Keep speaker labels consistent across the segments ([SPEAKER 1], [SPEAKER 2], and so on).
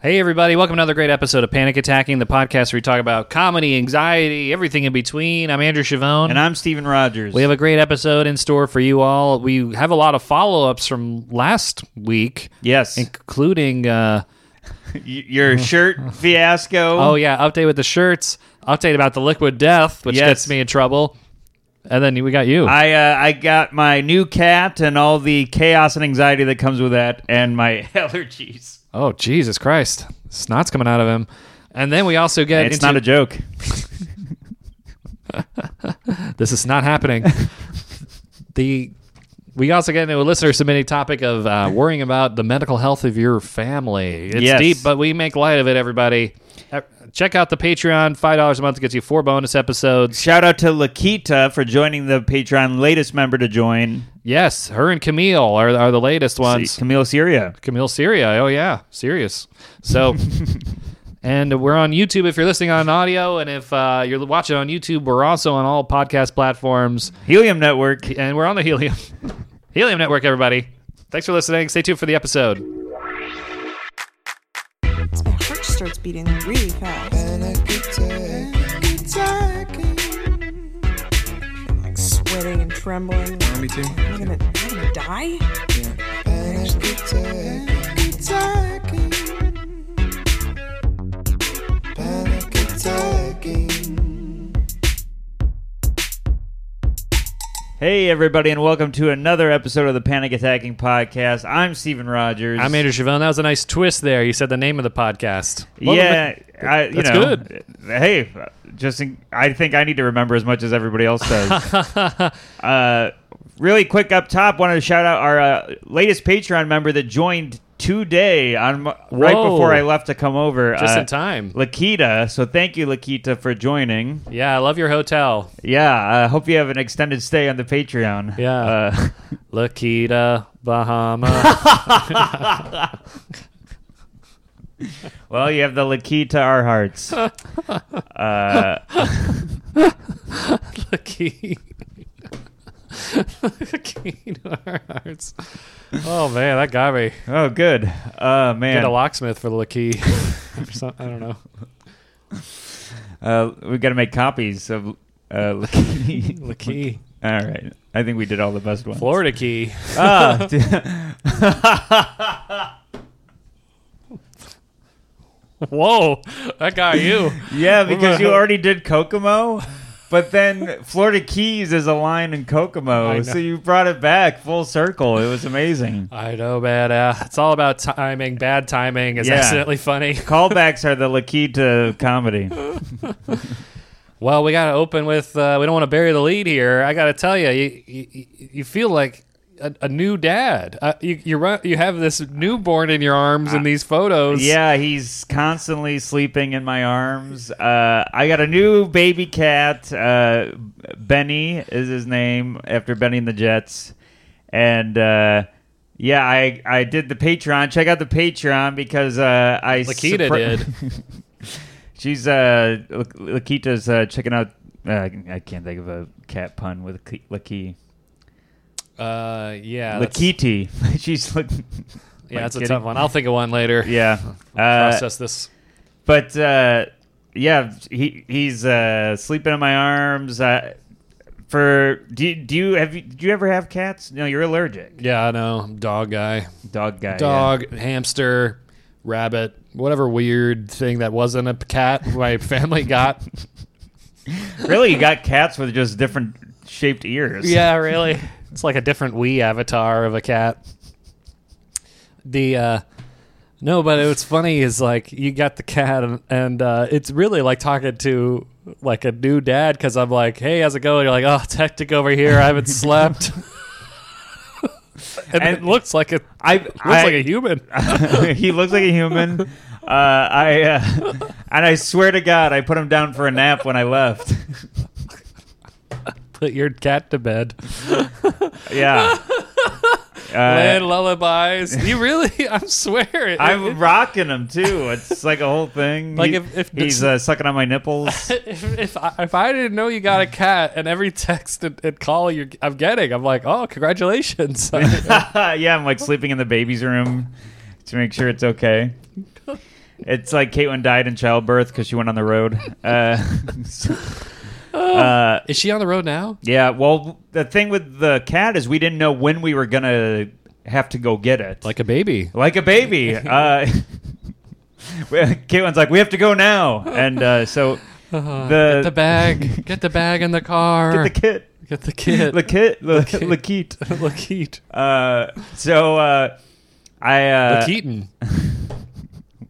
[SPEAKER 1] Hey, everybody, welcome to another great episode of Panic Attacking, the podcast where we talk about comedy, anxiety, everything in between. I'm Andrew Chavone.
[SPEAKER 2] And I'm Steven Rogers.
[SPEAKER 1] we have a great episode in store for you all. We have a lot of follow ups from last week,
[SPEAKER 2] yes,
[SPEAKER 1] including, uh,
[SPEAKER 2] Y- your shirt fiasco.
[SPEAKER 1] oh, yeah, update with the shirts, update about the liquid death, which
[SPEAKER 2] Yes.
[SPEAKER 1] gets me in trouble. And then we got you.
[SPEAKER 2] I uh, I got my new cat and all the chaos and anxiety that comes with that, and my allergies.
[SPEAKER 1] oh, Jesus Christ. Snot's coming out of him. And then we also get
[SPEAKER 2] it's
[SPEAKER 1] into
[SPEAKER 2] not a joke.
[SPEAKER 1] this is not happening. the we also get into a listener submitting topic of uh, worrying about the medical health of your family. It's
[SPEAKER 2] Yes.
[SPEAKER 1] deep, but we make light of it. Everybody, Uh, check out the Patreon. Five dollars a month gets you four bonus episodes.
[SPEAKER 2] Shout out to Lakita for joining the Patreon, latest member to join,
[SPEAKER 1] Yes, her and Camille are, are the latest ones.
[SPEAKER 2] Camille Syria.
[SPEAKER 1] Camille Syria. Oh yeah, serious. So, and we're on YouTube if you're listening on audio, and if uh, you're watching on YouTube, we're also on all podcast platforms.
[SPEAKER 2] Helium Network.
[SPEAKER 1] and we're on the Helium Helium Network, everybody. Thanks for listening. Stay tuned for the episode.
[SPEAKER 3] My heart starts beating really fast.
[SPEAKER 4] and I could take.
[SPEAKER 3] I'm like sweating and trembling.
[SPEAKER 4] Me too.
[SPEAKER 3] Am I gonna, am I gonna die?
[SPEAKER 4] And I could take. Panic attacking.
[SPEAKER 2] Hey, everybody, and welcome to another episode of the Panic Attacking Podcast. I'm Steven Rogers.
[SPEAKER 1] I'm Andrew Chavone. That was a nice twist there. You said the name of the podcast. Well,
[SPEAKER 2] yeah, I, you
[SPEAKER 1] that's
[SPEAKER 2] know,
[SPEAKER 1] good.
[SPEAKER 2] Hey, just in, I think I need to remember as much as everybody else does. uh, really quick up top, wanted to shout out our uh, latest Patreon member that joined today on m- right
[SPEAKER 1] Whoa.
[SPEAKER 2] before I left to come over.
[SPEAKER 1] Just
[SPEAKER 2] uh,
[SPEAKER 1] in time.
[SPEAKER 2] Lakita, so thank you, Lakita, for joining.
[SPEAKER 1] Yeah, I love your hotel.
[SPEAKER 2] Yeah, I hope you have an extended stay on the Patreon.
[SPEAKER 1] Yeah.
[SPEAKER 2] Uh,
[SPEAKER 1] Lakita, Bahama.
[SPEAKER 2] Uh, well, you have the Lakita our hearts. uh,
[SPEAKER 1] Lakita. Lakita our hearts. Oh, man, that got me.
[SPEAKER 2] oh, good. Oh, man.
[SPEAKER 1] Get a locksmith for Laki. Or some- I don't know.
[SPEAKER 2] Uh, we got to make copies of uh, Lakini.
[SPEAKER 1] Laki.
[SPEAKER 2] all right. I think we did all the best ones.
[SPEAKER 1] Florida Key.
[SPEAKER 2] Ah, d-
[SPEAKER 1] Whoa, that got you.
[SPEAKER 2] yeah, because you already did Kokomo, but then Florida Keys is a line in
[SPEAKER 1] I
[SPEAKER 2] Kokomo,
[SPEAKER 1] know.
[SPEAKER 2] so you brought it back full circle. It was amazing.
[SPEAKER 1] I know, bad. Uh, it's all about timing. Bad timing is
[SPEAKER 2] Yeah.
[SPEAKER 1] accidentally funny.
[SPEAKER 2] Callbacks are the Lakita comedy.
[SPEAKER 1] Well, we got to open with. Uh, we don't want to bury the lead here. I got to tell ya, you, you, you feel like a, a new dad. Uh, you you run, you have this newborn in your arms in these photos.
[SPEAKER 2] Yeah, he's constantly sleeping in my arms. Uh, I got a new baby cat. Uh, Benny is his name after Benny and the Jets. And uh, yeah, I I did the Patreon. Check out the Patreon because uh, I
[SPEAKER 1] Lakita did.
[SPEAKER 2] She's uh, Lak- Lakita's uh, checking out. Uh, I can't think of a cat pun with Laki- Laki.
[SPEAKER 1] Uh, yeah. that's-
[SPEAKER 2] Lakiti. She's like,
[SPEAKER 1] yeah, that's a
[SPEAKER 2] kidding.
[SPEAKER 1] tough one. I'll think of one later.
[SPEAKER 2] Yeah. Uh,
[SPEAKER 1] Process this.
[SPEAKER 2] but uh, yeah, he he's uh, sleeping in my arms. Uh, for do you, do you have you, do you ever have cats? No, you're allergic.
[SPEAKER 1] Yeah, I know. I'm Dog guy.
[SPEAKER 2] Dog guy. yeah.
[SPEAKER 1] Dog, hamster, rabbit, whatever weird thing that wasn't a cat my family got.
[SPEAKER 2] really, you got cats with just different shaped ears.
[SPEAKER 1] Yeah, really. It's like a different Wii avatar of a cat. The uh no, but what's funny is like you got the cat, and, and uh, it's really like talking to like a new dad because I'm like, "Hey, how's it going?" You're like, "Oh, it's hectic over here. I haven't slept." and,
[SPEAKER 2] And-
[SPEAKER 1] it looks like it
[SPEAKER 2] I
[SPEAKER 1] looks like a human.
[SPEAKER 2] he looks like a human. Uh, I uh, and I swear to God, I put him down for a nap when I left.
[SPEAKER 1] Put your cat to bed.
[SPEAKER 2] Yeah.
[SPEAKER 1] Land
[SPEAKER 2] Uh,
[SPEAKER 1] lullabies. You really? I swear. It, it-
[SPEAKER 2] I'm rocking him too. It's like a whole thing.
[SPEAKER 1] Like
[SPEAKER 2] He-
[SPEAKER 1] if- if-
[SPEAKER 2] he's uh, sucking on my nipples.
[SPEAKER 1] if, if, I, if I didn't know you got a cat and every text and, and call you're, I'm getting, I'm like, oh, congratulations.
[SPEAKER 2] yeah, I'm like sleeping in the baby's room to make sure it's okay. It's like Caitlin died in childbirth because she went on the road. Uh, uh,
[SPEAKER 1] Is she on the road now?
[SPEAKER 2] yeah. Well, the thing with the cat is we didn't know when we were gonna have to go get it,
[SPEAKER 1] Like a baby.
[SPEAKER 2] like a baby. Uh, Caitlin's like, we have to go now, and uh, so the
[SPEAKER 1] Uh-huh. Get the bag. Get the bag in the car.
[SPEAKER 2] the kit,
[SPEAKER 1] Get the kid.
[SPEAKER 2] the kit, the
[SPEAKER 1] kit.
[SPEAKER 2] the kit.
[SPEAKER 1] Lakeet.
[SPEAKER 2] Uh, so uh, I uh,
[SPEAKER 1] Keaton.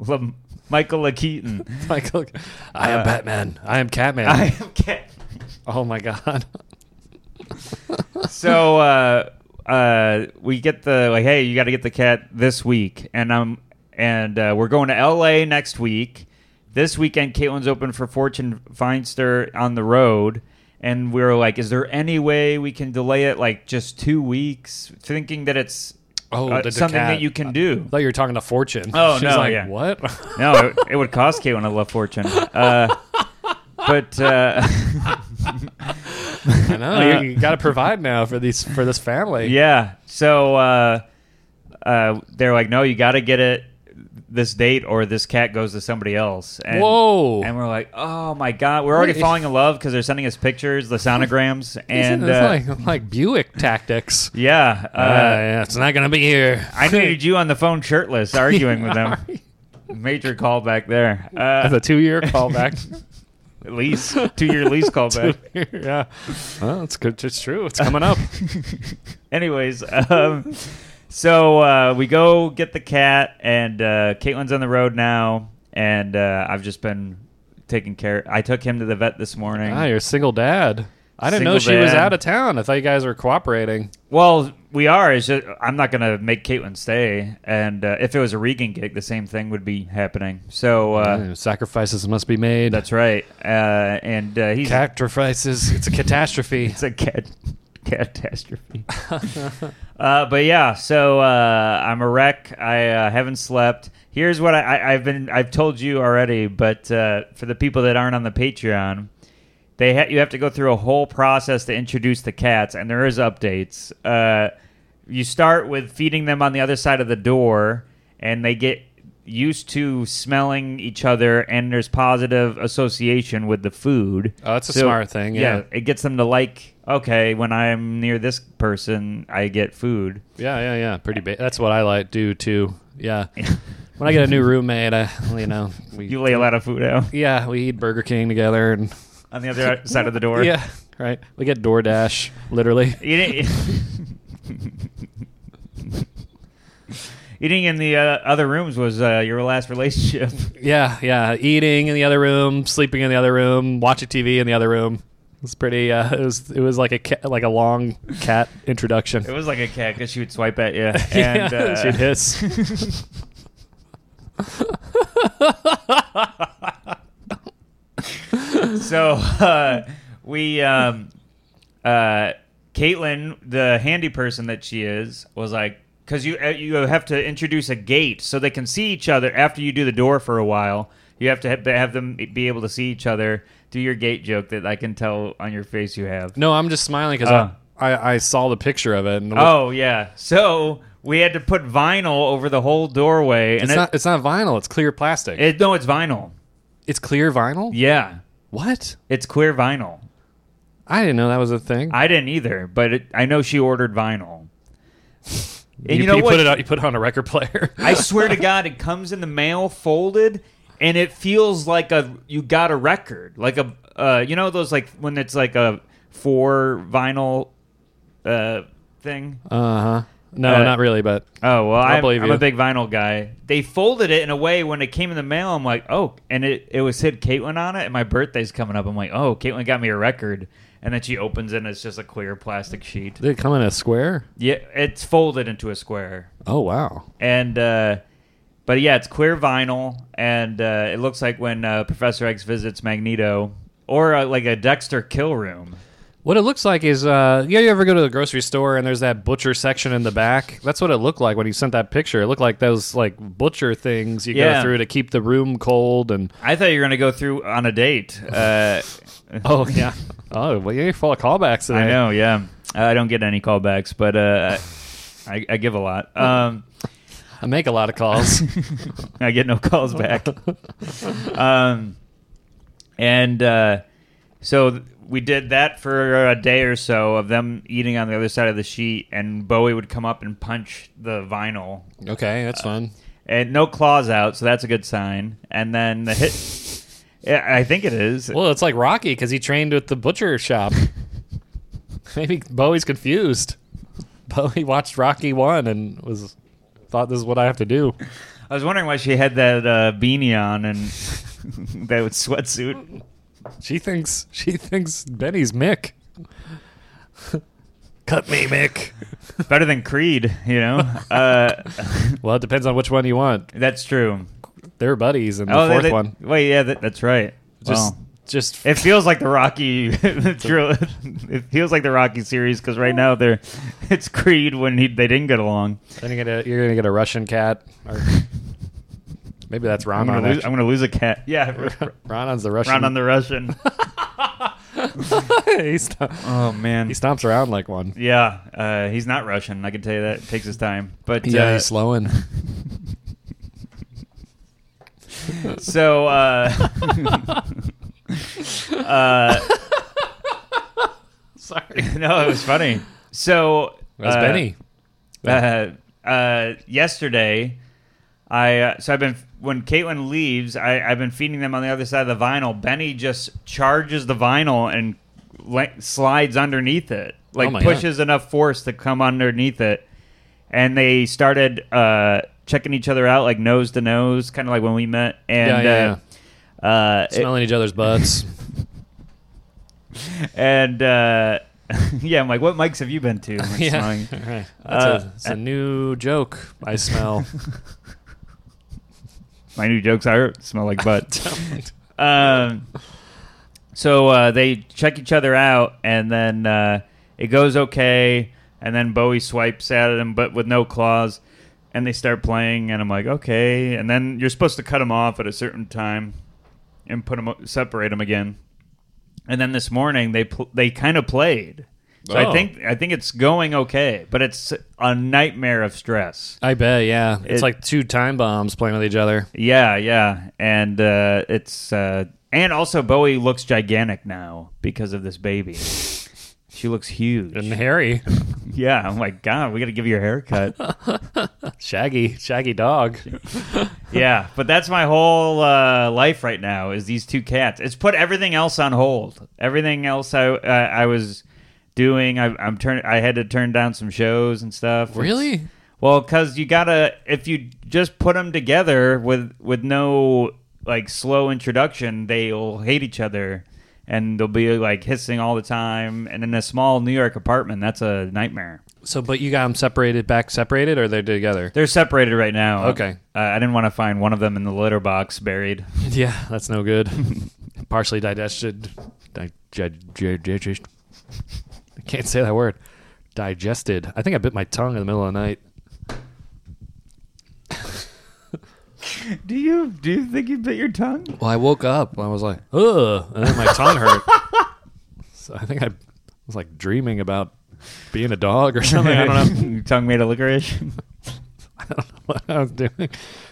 [SPEAKER 2] Lam- Michael Lakeaton.
[SPEAKER 1] Michael. I am Batman. I am Catman.
[SPEAKER 2] Uh, I am cat.
[SPEAKER 1] oh my god.
[SPEAKER 2] so uh uh we get the like hey you got to get the cat this week and i'm and uh, we're going to la next week this weekend caitlin's open for fortune feinster on the road and we were like is there any way we can delay it like just two weeks thinking that it's
[SPEAKER 1] Oh,
[SPEAKER 2] uh,
[SPEAKER 1] the- the
[SPEAKER 2] something
[SPEAKER 1] cat.
[SPEAKER 2] that you can do
[SPEAKER 1] I thought you were talking to Fortune.
[SPEAKER 2] Oh,
[SPEAKER 1] She's
[SPEAKER 2] no,
[SPEAKER 1] like,
[SPEAKER 2] yeah.
[SPEAKER 1] What?
[SPEAKER 2] no it, it would cost caitlin a love fortune uh but uh
[SPEAKER 1] I know.
[SPEAKER 2] Uh,
[SPEAKER 1] you, you got to provide now for these for this family.
[SPEAKER 2] Yeah. So uh, uh, they're like, no, you got to get it this date, or this cat goes to somebody else. And,
[SPEAKER 1] Whoa.
[SPEAKER 2] And we're like, oh my god, we're already
[SPEAKER 1] Wait,
[SPEAKER 2] falling in love because they're sending us pictures, the sonograms,
[SPEAKER 1] Isn't
[SPEAKER 2] and
[SPEAKER 1] this
[SPEAKER 2] uh,
[SPEAKER 1] like like Buick tactics?
[SPEAKER 2] yeah. Uh,
[SPEAKER 1] Uh, yeah, it's not gonna be here.
[SPEAKER 2] I needed you on the phone, shirtless, arguing with them. Major callback there.
[SPEAKER 1] That's
[SPEAKER 2] Uh,
[SPEAKER 1] a two-year callback.
[SPEAKER 2] lease, two year lease callback.
[SPEAKER 1] yeah, well, it's good. It's true. It's coming up.
[SPEAKER 2] Anyways, um, so uh, we go get the cat, and uh, Caitlin's on the road now, and uh, I've just been taking care. I took him to the vet this morning.
[SPEAKER 1] ah, you're a single dad. I didn't know she
[SPEAKER 2] Single
[SPEAKER 1] was
[SPEAKER 2] dad.
[SPEAKER 1] out of town. I thought you guys were cooperating.
[SPEAKER 2] Well, we are. It's just, I'm not going to make Caitlin stay, and uh, if it was a Regan gig, the same thing would be happening. So uh,
[SPEAKER 1] Uh, sacrifices must be made.
[SPEAKER 2] that's right. Uh, and uh, he's
[SPEAKER 1] Sacrifices. It's a catastrophe.
[SPEAKER 2] it's a cat catastrophe. uh, but yeah, so uh, I'm a wreck. I uh, haven't slept. Here's what I, I, I've been. I've told you already, but uh, for the people that aren't on the Patreon, they ha- you have to go through a whole process to introduce the cats, and there is updates. Uh, you start with feeding them on the other side of the door, and they get used to smelling each other and there's positive association with the food
[SPEAKER 1] Oh, that's a smart thing, yeah.
[SPEAKER 2] it gets them to like okay when i'm near this person i get food
[SPEAKER 1] Yeah, yeah, yeah. Pretty. Ba- that's what I like do too. Yeah. when I get a new roommate, I you know we
[SPEAKER 2] you lay a lot of food out
[SPEAKER 1] yeah we eat Burger King together and
[SPEAKER 2] on the other side of the door
[SPEAKER 1] yeah right we get DoorDash literally.
[SPEAKER 2] eating, eating in the uh, other rooms was uh, your last relationship
[SPEAKER 1] Yeah, yeah. Eating in the other room, sleeping in the other room, watching TV in the other room. It was pretty. Uh, it was it was like a ca- like a long cat introduction.
[SPEAKER 2] it was like a cat because she would swipe at you
[SPEAKER 1] Yeah,
[SPEAKER 2] and uh,
[SPEAKER 1] she'd hiss.
[SPEAKER 2] so uh, we um uh caitlin the handy person that she is was like because you uh, you have to introduce a gate so they can see each other after you do the door for a while you have to have, have them be able to see each other do your gate joke that i can tell on your face you have
[SPEAKER 1] No, I'm just smiling because
[SPEAKER 2] Uh.
[SPEAKER 1] I, I I saw the picture of it. And
[SPEAKER 2] oh yeah so we had to put vinyl over the whole doorway and
[SPEAKER 1] it's
[SPEAKER 2] it,
[SPEAKER 1] not it's not vinyl. It's clear plastic.
[SPEAKER 2] it- no it's vinyl
[SPEAKER 1] it's clear vinyl.
[SPEAKER 2] yeah
[SPEAKER 1] What?
[SPEAKER 2] it's queer vinyl
[SPEAKER 1] I didn't know that was a thing.
[SPEAKER 2] i didn't either but it, i know she ordered vinyl and
[SPEAKER 1] you, you put it out. You put it on a record player.
[SPEAKER 2] I swear to God, it comes in the mail folded, and it feels like a you got a record, like a uh, you know those like when it's like a four vinyl uh, thing.
[SPEAKER 1] uh huh. No,
[SPEAKER 2] Uh,
[SPEAKER 1] not really. But
[SPEAKER 2] Oh well, I'm,
[SPEAKER 1] believe
[SPEAKER 2] I'm
[SPEAKER 1] you.
[SPEAKER 2] a big vinyl guy. They folded it in a way when it came in the mail. I'm like, oh, and it it was hit Caitlin on it, and my birthday's coming up. I'm like, oh, Caitlin got me a record, and then she opens it, and it's just a clear plastic sheet.
[SPEAKER 1] did it come in a square?
[SPEAKER 2] Yeah, it's folded into a square.
[SPEAKER 1] Oh wow.
[SPEAKER 2] and uh, but yeah, it's queer vinyl, and uh, it looks like when uh, Professor X visits Magneto, or uh, like a Dexter kill room.
[SPEAKER 1] What it looks like is, uh, yeah, you ever go to the grocery store and there's that butcher section in the back? That's what it looked like when you sent that picture. It looked like those like butcher things you go
[SPEAKER 2] Yeah.
[SPEAKER 1] through to keep the room cold and
[SPEAKER 2] I thought you were gonna go through on a date. Uh,
[SPEAKER 1] oh yeah, oh well, you're full of callbacks today.
[SPEAKER 2] I know, yeah. I don't get any callbacks, but uh, I, I give a lot. Um,
[SPEAKER 1] I make a lot of calls.
[SPEAKER 2] I get no calls back. um, and uh, so th- we did that for a day or so of them eating on the other side of the sheet, and Bowie would come up and punch the vinyl,
[SPEAKER 1] okay, that's fun.
[SPEAKER 2] and no claws out, so that's a good sign. And then the hit, yeah, I think it is.
[SPEAKER 1] Well, it's like Rocky because he trained with the butcher shop. Maybe Bowie's confused. Bowie watched Rocky one and was thought this is what I have to do.
[SPEAKER 2] I was wondering why she had that uh, beanie on and that sweatsuit.
[SPEAKER 1] She thinks she thinks Benny's Mick. Cut me, Mick.
[SPEAKER 2] Better than Creed, you know. Uh,
[SPEAKER 1] Well, it depends on which one you want.
[SPEAKER 2] that's true.
[SPEAKER 1] They're buddies in the
[SPEAKER 2] Oh, they- oh.
[SPEAKER 1] fourth
[SPEAKER 2] they-
[SPEAKER 1] one.
[SPEAKER 2] Wait, yeah, that, that's right.
[SPEAKER 1] Just,
[SPEAKER 2] Wow.
[SPEAKER 1] just
[SPEAKER 2] It feels like the Rocky drill. It feels like the Rocky series because right now they're it's Creed when he, they didn't get along.
[SPEAKER 1] Then you get a, you're gonna get a Russian cat, or maybe that's
[SPEAKER 2] I'm
[SPEAKER 1] Ronan.
[SPEAKER 2] gonna lose.
[SPEAKER 1] actually.
[SPEAKER 2] I'm gonna lose a cat. Yeah,
[SPEAKER 1] Ronan's the Russian.
[SPEAKER 2] round on the Russian.
[SPEAKER 1] he, stomp-
[SPEAKER 2] Oh man.
[SPEAKER 1] he stomps around like one.
[SPEAKER 2] yeah, uh, he's not Russian. I can tell you that. It takes his time. But
[SPEAKER 1] Yeah,
[SPEAKER 2] uh,
[SPEAKER 1] he's slowing.
[SPEAKER 2] so uh, uh,
[SPEAKER 1] Sorry,
[SPEAKER 2] no, it was funny. So
[SPEAKER 1] that's
[SPEAKER 2] uh,
[SPEAKER 1] Benny.
[SPEAKER 2] uh, uh, yesterday, I uh, so I've been when Caitlin leaves, I, I've been feeding them on the other side of the vinyl. Benny just charges the vinyl and le- slides underneath it, like
[SPEAKER 1] Oh my
[SPEAKER 2] pushes enough force to come underneath it, and they started uh, checking each other out like nose to nose, kind of like when we met. And
[SPEAKER 1] Yeah, yeah,
[SPEAKER 2] uh, uh, it-
[SPEAKER 1] Smelling each other's butts.
[SPEAKER 2] and uh, yeah, I'm like, what mics have you been to? I'm like,
[SPEAKER 1] yeah,
[SPEAKER 2] smiling.
[SPEAKER 1] All right. That's
[SPEAKER 2] Uh,
[SPEAKER 1] a, it's a new joke. I smell.
[SPEAKER 2] My new jokes are smell like butt. um, so uh, they check each other out, and then uh, it goes okay. And then Bowie swipes at him, but with no claws. And they start playing, and I'm like, okay. And then you're supposed to cut them off at a certain time and put them separate them again. And then this morning they pl- they kind of played. So I
[SPEAKER 1] Oh.
[SPEAKER 2] think I think it's going okay, but it's a nightmare of stress.
[SPEAKER 1] I bet. Yeah, it's
[SPEAKER 2] It-
[SPEAKER 1] like two time bombs playing with each other.
[SPEAKER 2] Yeah, yeah, and uh, it's uh, and also Bowie looks gigantic now because of this baby. She looks
[SPEAKER 1] And
[SPEAKER 2] huge.
[SPEAKER 1] Harry,
[SPEAKER 2] Yeah, I'm like, God, we got to give you a haircut.
[SPEAKER 1] Shaggy, Shaggy dog.
[SPEAKER 2] yeah, but that's my whole uh, life right now is these two cats. It's put everything else on hold. Everything else I uh, I was doing, I, I'm turn. I had to turn down some shows and stuff. It's-
[SPEAKER 1] Really?
[SPEAKER 2] Well, because you gotta if you just put them together with with no like slow introduction, they'll hate each other and they'll be like hissing all the time. And in a small New York apartment, that's a nightmare.
[SPEAKER 1] So, but you got them separated, back separated, or they're together?
[SPEAKER 2] They're separated right now.
[SPEAKER 1] Okay.
[SPEAKER 2] uh, I didn't want to find one of them in the litter box buried.
[SPEAKER 1] Yeah, that's no good. Partially digested. Digested. I can't say that word. Digested. I think I bit my tongue in the middle of the night.
[SPEAKER 2] Do you do you think you bit your tongue?
[SPEAKER 1] Well, I woke up and I was like, ugh, and then my tongue hurt. So I think I was like dreaming about being a dog or something. I don't know.
[SPEAKER 2] your tongue made of licorice.
[SPEAKER 1] I don't know what I was doing.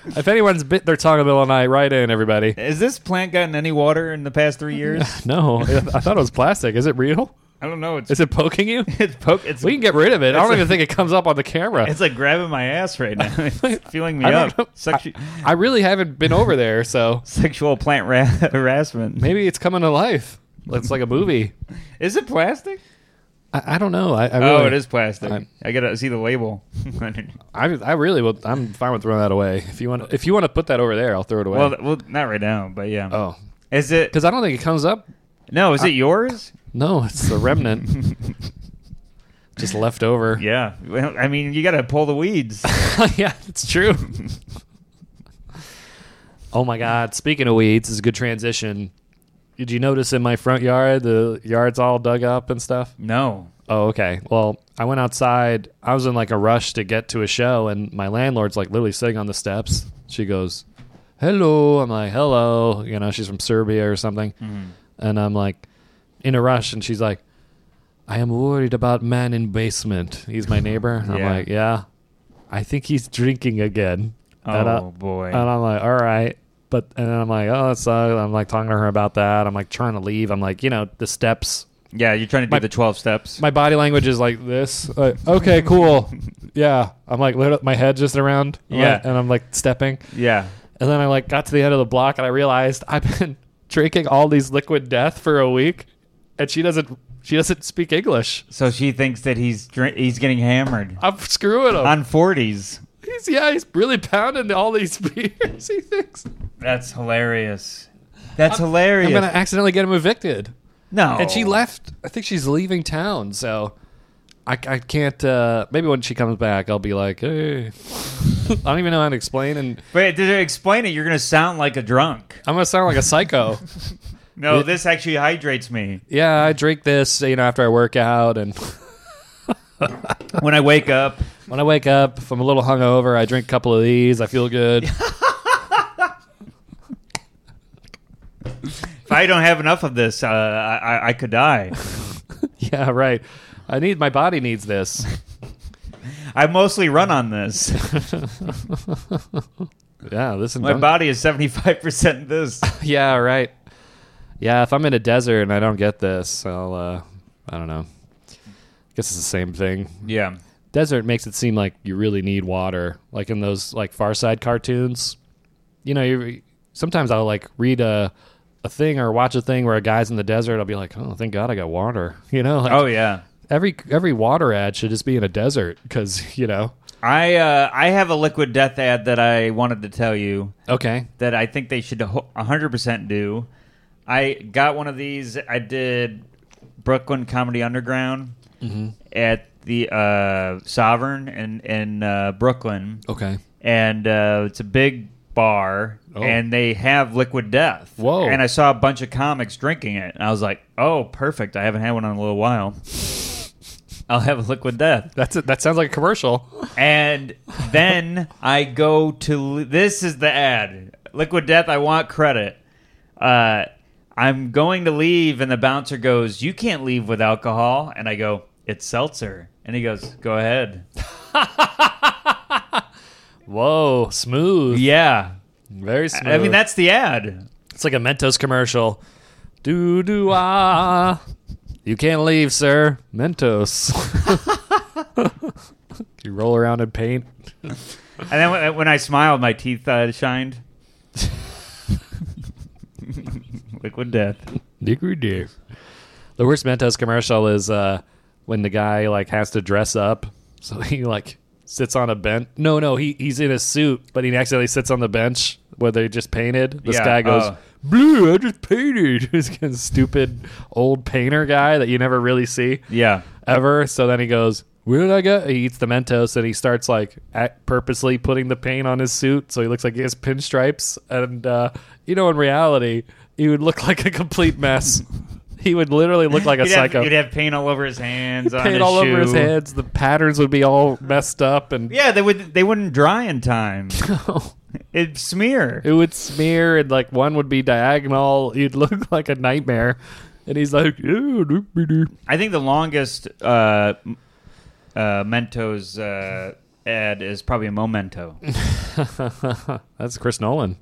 [SPEAKER 1] If anyone's bit their tongue in the middle of the night, write in, everybody.
[SPEAKER 2] Has this plant gotten any water in the past three years?
[SPEAKER 1] No, I thought it was plastic. Is it real?
[SPEAKER 2] I don't know. It's
[SPEAKER 1] Is it poking you?
[SPEAKER 2] it's poke. It's
[SPEAKER 1] We can get rid of it. I
[SPEAKER 2] It's
[SPEAKER 1] don't
[SPEAKER 2] a-
[SPEAKER 1] even think it comes up on the camera.
[SPEAKER 2] It's like grabbing my ass right now. It's feeling me
[SPEAKER 1] I don't know.
[SPEAKER 2] up. Sexu-
[SPEAKER 1] I really haven't been over there, so
[SPEAKER 2] sexual plant ra- harassment.
[SPEAKER 1] maybe it's coming to life. It's like a movie.
[SPEAKER 2] Is it plastic?
[SPEAKER 1] I, I don't know. I, I really,
[SPEAKER 2] Oh, it is plastic.
[SPEAKER 1] I'm-
[SPEAKER 2] I gotta see the label.
[SPEAKER 1] I, I really will. I'm fine with throwing that away. If you want, if you want to put that over there, I'll throw it away.
[SPEAKER 2] well, th- well, not right now, but yeah.
[SPEAKER 1] oh,
[SPEAKER 2] Is it?
[SPEAKER 1] because I don't think it comes up.
[SPEAKER 2] No, is it yours?
[SPEAKER 1] No, it's the remnant, just left over.
[SPEAKER 2] Yeah. Well, I mean, you gotta pull the weeds.
[SPEAKER 1] yeah, it's true. oh my God! Speaking of weeds, this is a good transition. Did you notice in my front yard the yard's all dug up and stuff?
[SPEAKER 2] no.
[SPEAKER 1] Oh, okay. Well, I went outside. I was in like a rush to get to a show, and my landlord's like literally sitting on the steps. She goes, "Hello." I'm like, "Hello." You know, she's from Serbia or something,
[SPEAKER 2] Mm-hmm.
[SPEAKER 1] and I'm like, in a rush, and she's like, "I am worried about man in basement. He's my neighbor." And
[SPEAKER 2] Yeah.
[SPEAKER 1] I'm like, "Yeah." I think he's drinking again. And I-
[SPEAKER 2] Oh boy.
[SPEAKER 1] and I'm like, all right. But and then I'm like, oh, so I'm like talking to her about that. I'm like trying to leave. I'm like, you know, the steps.
[SPEAKER 2] yeah, you're trying to do
[SPEAKER 1] my-
[SPEAKER 2] the twelve steps.
[SPEAKER 1] My body language is like this. Like, okay, cool. Yeah. I'm like, lit up my head just around. I'm
[SPEAKER 2] Yeah.
[SPEAKER 1] like- and I'm like stepping.
[SPEAKER 2] yeah.
[SPEAKER 1] And then I like got to the end of the block and I realized I've been drinking all these liquid death for a week, and she doesn't. She doesn't speak English.
[SPEAKER 2] So she thinks that he's drink- he's getting hammered
[SPEAKER 1] I'm screwing him.
[SPEAKER 2] on forties.
[SPEAKER 1] he's yeah. He's really pounding all these beers. He thinks
[SPEAKER 2] That's hilarious. That's hilarious.
[SPEAKER 1] I'm gonna accidentally get him evicted.
[SPEAKER 2] no.
[SPEAKER 1] And she left. I think she's leaving town, so I, I can't. Uh, maybe when she comes back, I'll be like, hey. I don't even know how to explain, and
[SPEAKER 2] But to explain it, you're gonna sound like a drunk.
[SPEAKER 1] I'm gonna sound like a psycho.
[SPEAKER 2] No,
[SPEAKER 1] Yeah.
[SPEAKER 2] this actually hydrates me.
[SPEAKER 1] yeah, I drink this, you know, after I work out, and
[SPEAKER 2] When I wake up,
[SPEAKER 1] when I wake up, if I'm a little hungover, I drink a couple of these. I feel good.
[SPEAKER 2] if I don't have enough of this, uh, I, I- I could die.
[SPEAKER 1] yeah, right. I need my body needs this.
[SPEAKER 2] I mostly run on this.
[SPEAKER 1] Yeah, this and
[SPEAKER 2] My
[SPEAKER 1] dunk-
[SPEAKER 2] body is 75% this.
[SPEAKER 1] Yeah, right. Yeah, if I'm in a desert and I don't get this, I'll. Uh, I don't know. Guess it's the same thing.
[SPEAKER 2] Yeah.
[SPEAKER 1] desert makes it seem like you really need water like in those like far side cartoons you know you sometimes i'll like read a a thing or watch a thing where a guy's in the desert i'll be like oh thank god i got water you know like,
[SPEAKER 2] Oh, yeah.
[SPEAKER 1] every every water ad should just be in a desert because you know
[SPEAKER 2] I uh, I have a liquid death ad that I wanted to tell you
[SPEAKER 1] okay
[SPEAKER 2] that I think they should ho- 100% do. I got one of these. I did Brooklyn Comedy Underground at the uh, Sovereign in, in uh, Brooklyn.
[SPEAKER 1] okay
[SPEAKER 2] and uh, it's a big bar,
[SPEAKER 1] Oh.
[SPEAKER 2] and they have Liquid Death.
[SPEAKER 1] Whoa.
[SPEAKER 2] And I saw a bunch of comics drinking it, and I was like, "Oh, perfect! I haven't had one in a little while. I'll have a Liquid Death."
[SPEAKER 1] that's it that sounds like a commercial
[SPEAKER 2] And then I go to this is the ad Liquid Death. I want credit. Uh, I'm going to leave, and the bouncer goes, "You can't leave with alcohol." And I go, "It's seltzer." And he goes, "Go ahead."
[SPEAKER 1] whoa smooth
[SPEAKER 2] Yeah.
[SPEAKER 1] very smooth
[SPEAKER 2] I mean, that's the ad.
[SPEAKER 1] it's like a mentos commercial do do ah you can't leave sir mentos you roll around in paint
[SPEAKER 2] And then when- when I smiled, my teeth uh, shined. Liquid death.
[SPEAKER 1] Degree Dave. The worst Mentos commercial is uh, when the guy like has to dress up, so he like sits on a bench. No, no, he he's in a suit, but he accidentally sits on the bench where they just painted. This
[SPEAKER 2] Yeah,
[SPEAKER 1] guy goes,
[SPEAKER 2] oh.
[SPEAKER 1] "Blue, I just painted." This kind of stupid old painter guy that you never really see
[SPEAKER 2] Yeah.
[SPEAKER 1] ever. So then he goes, "Where did I go?" He eats the Mentos and he starts like at purposely putting the paint on his suit so he looks like he has pinstripes. And uh, you know, in reality, he would look like a complete mess. he would literally look like a
[SPEAKER 2] He'd have,
[SPEAKER 1] psycho.
[SPEAKER 2] he'd have paint all over his hands. on
[SPEAKER 1] paint
[SPEAKER 2] his
[SPEAKER 1] all over his
[SPEAKER 2] shoe.
[SPEAKER 1] hands. The patterns would be all messed up, and
[SPEAKER 2] Yeah, they would. They wouldn't dry in time. It'd smear.
[SPEAKER 1] it would smear, and like one would be diagonal. He'd look like a nightmare. And he's like, "Yeah, doop be doop."
[SPEAKER 2] I think the longest uh, m- uh, Mentos uh, ad is probably a memento.
[SPEAKER 1] That's Chris Nolan.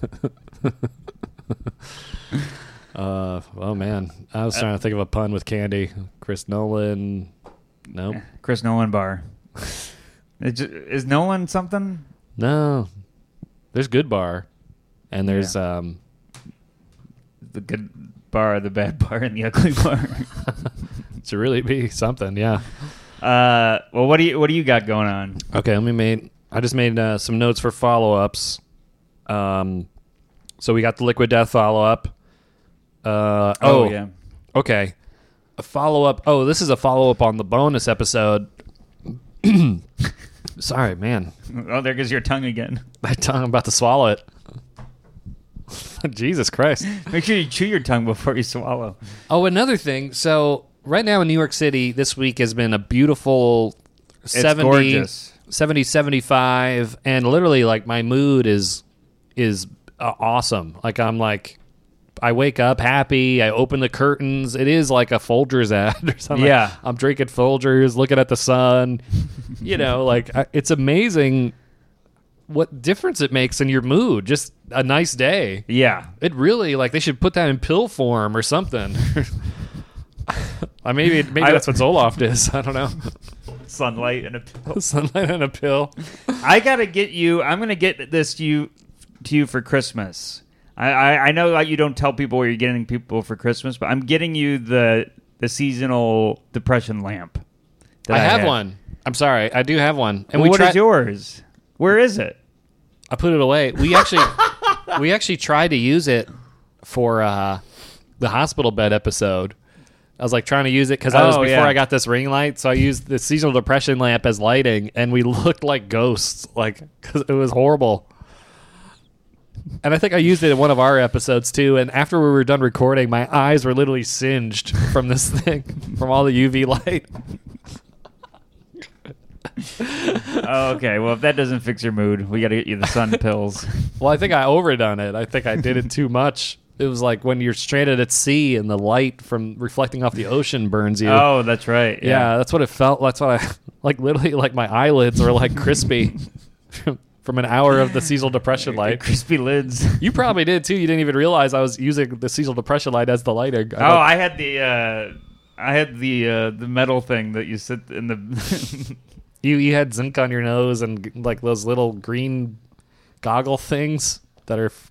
[SPEAKER 1] uh, oh man, I was trying to think of a pun with candy. Chris Nolan. Nope.
[SPEAKER 2] Chris Nolan bar. It ju- Is Nolan something?
[SPEAKER 1] No. There's good bar, and there's um.
[SPEAKER 2] The good bar, the bad bar, and the ugly bar.
[SPEAKER 1] To really be something, yeah.
[SPEAKER 2] Uh, well, what do you what do you got going on?
[SPEAKER 1] Okay, let me make. I just made uh, some notes for follow ups. Um, so we got the liquid death follow up. Uh, oh,
[SPEAKER 2] yeah,
[SPEAKER 1] Okay. A follow up. Oh, this is a follow up on the bonus episode. Sorry, man.
[SPEAKER 2] oh, there goes your tongue again.
[SPEAKER 1] My tongue, I'm about to swallow it. Jesus Christ.
[SPEAKER 2] Make sure you chew your tongue before you swallow.
[SPEAKER 1] Oh, another thing. So, right now in New York City, this week has been a beautiful
[SPEAKER 2] It's
[SPEAKER 1] 70,
[SPEAKER 2] gorgeous.
[SPEAKER 1] 70 75 and literally like my mood is is uh, awesome. Like I'm like I wake up happy. I open the curtains. It is like a Folgers ad or something.
[SPEAKER 2] Yeah.
[SPEAKER 1] I'm drinking Folgers, looking at the sun. you know, like I, it's amazing what difference it makes in your mood. Just a nice day.
[SPEAKER 2] Yeah.
[SPEAKER 1] It really like they should put that in pill form or something. Uh, maybe maybe
[SPEAKER 2] I-
[SPEAKER 1] that's what Zoloft is. I don't know.
[SPEAKER 2] Sunlight and a pill.
[SPEAKER 1] Sunlight and a pill.
[SPEAKER 2] I gotta get you. I'm gonna get this to you to you for Christmas. I, I, I know like you don't tell people what you're getting people for Christmas, but I'm getting you the the seasonal depression lamp. that
[SPEAKER 1] I have
[SPEAKER 2] had.
[SPEAKER 1] one. I'm sorry, I do have one. And
[SPEAKER 2] Well, what is
[SPEAKER 1] we tried.
[SPEAKER 2] yours? Where is it?
[SPEAKER 1] I put it away. We actually we actually tried to use it for uh, the hospital bed episode. I was like trying to use it because I was
[SPEAKER 2] Oh,
[SPEAKER 1] before
[SPEAKER 2] yeah.
[SPEAKER 1] I got this ring light, so I used the seasonal depression lamp as lighting, and we looked like ghosts, like 'cause it was horrible. And I think I used it in one of our episodes too. And after we were done recording, my eyes were literally singed from this thing, from all the UV light.
[SPEAKER 2] Oh, okay. Well, if that doesn't fix your mood, we gotta get you the sun pills.
[SPEAKER 1] Well, I think I overdone it. I think I did it too much. It was like when you're stranded at sea and the light from reflecting off the ocean burns you.
[SPEAKER 2] Oh, that's right.
[SPEAKER 1] yeah. that's what it felt. That's what I like. Literally, like my eyelids were like crispy from an hour of the seasonal depression light.
[SPEAKER 2] crispy lids.
[SPEAKER 1] You probably did too. You didn't even realize I was using the seasonal depression light as the lighting.
[SPEAKER 2] Oh, I had the uh, I had the uh, the metal thing that you sit in the.
[SPEAKER 1] you you had zinc on your nose and like those little green goggle things that are f-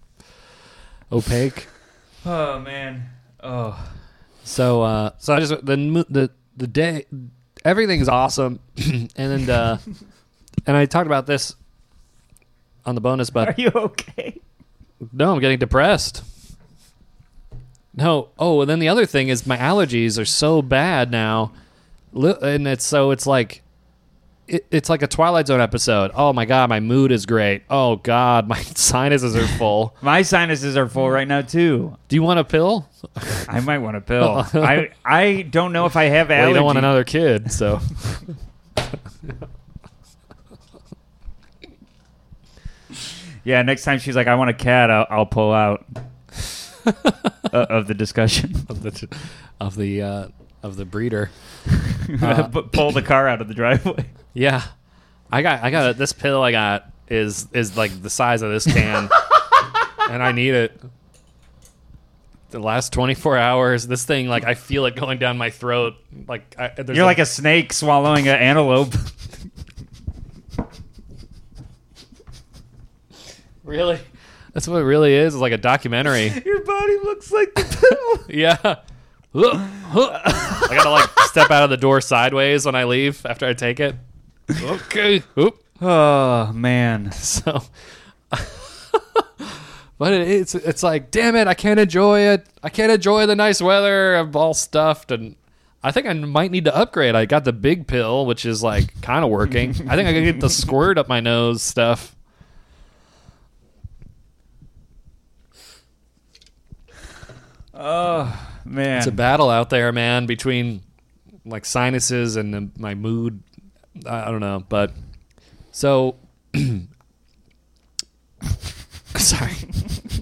[SPEAKER 1] opaque.
[SPEAKER 2] oh man. Oh.
[SPEAKER 1] So uh, so I just the mo- the the day everything's awesome, and then uh, and I talked about this on the bonus,
[SPEAKER 2] Are
[SPEAKER 1] but
[SPEAKER 2] you okay?
[SPEAKER 1] no, I'm getting depressed. No, oh, and then the other thing is my allergies are so bad now, Li- and it's so it's like. It, it's like a Twilight Zone episode. Oh my god, my mood is great. Oh god, my sinuses are full.
[SPEAKER 2] My sinuses are full right now too.
[SPEAKER 1] Do you want a pill?
[SPEAKER 2] I might want a pill. I I don't know if I have allergy.
[SPEAKER 1] Well, you don't want another kid, so.
[SPEAKER 2] Yeah, next time she's like, I want a cat. I'll, I'll pull out uh, of the discussion.
[SPEAKER 1] of the of the uh, of the breeder.
[SPEAKER 2] But pull the car out of the driveway.
[SPEAKER 1] Yeah, I got I got this pill I got is is like the size of this can, and I need it. The last twenty four hours, this thing like I feel it going down my throat. Like I, there's
[SPEAKER 2] You're like a snake swallowing an antelope.
[SPEAKER 1] really. That's what it really is. It's like a documentary.
[SPEAKER 2] Your body looks like the pill.
[SPEAKER 1] Yeah. I gotta like step out of the door sideways when I leave after I take it. Okay. Oop.
[SPEAKER 2] Oh man.
[SPEAKER 1] So, but it, it's it's like, damn it, I can't enjoy it. I can't enjoy the nice weather. I'm all stuffed, and I think I might need to upgrade. I got the big pill, which is like kind of working. I think I can get the squirt up my nose stuff.
[SPEAKER 2] Oh man.
[SPEAKER 1] It's a battle out there, man, between like sinuses and the, my mood. I, I don't know, but so. Sorry.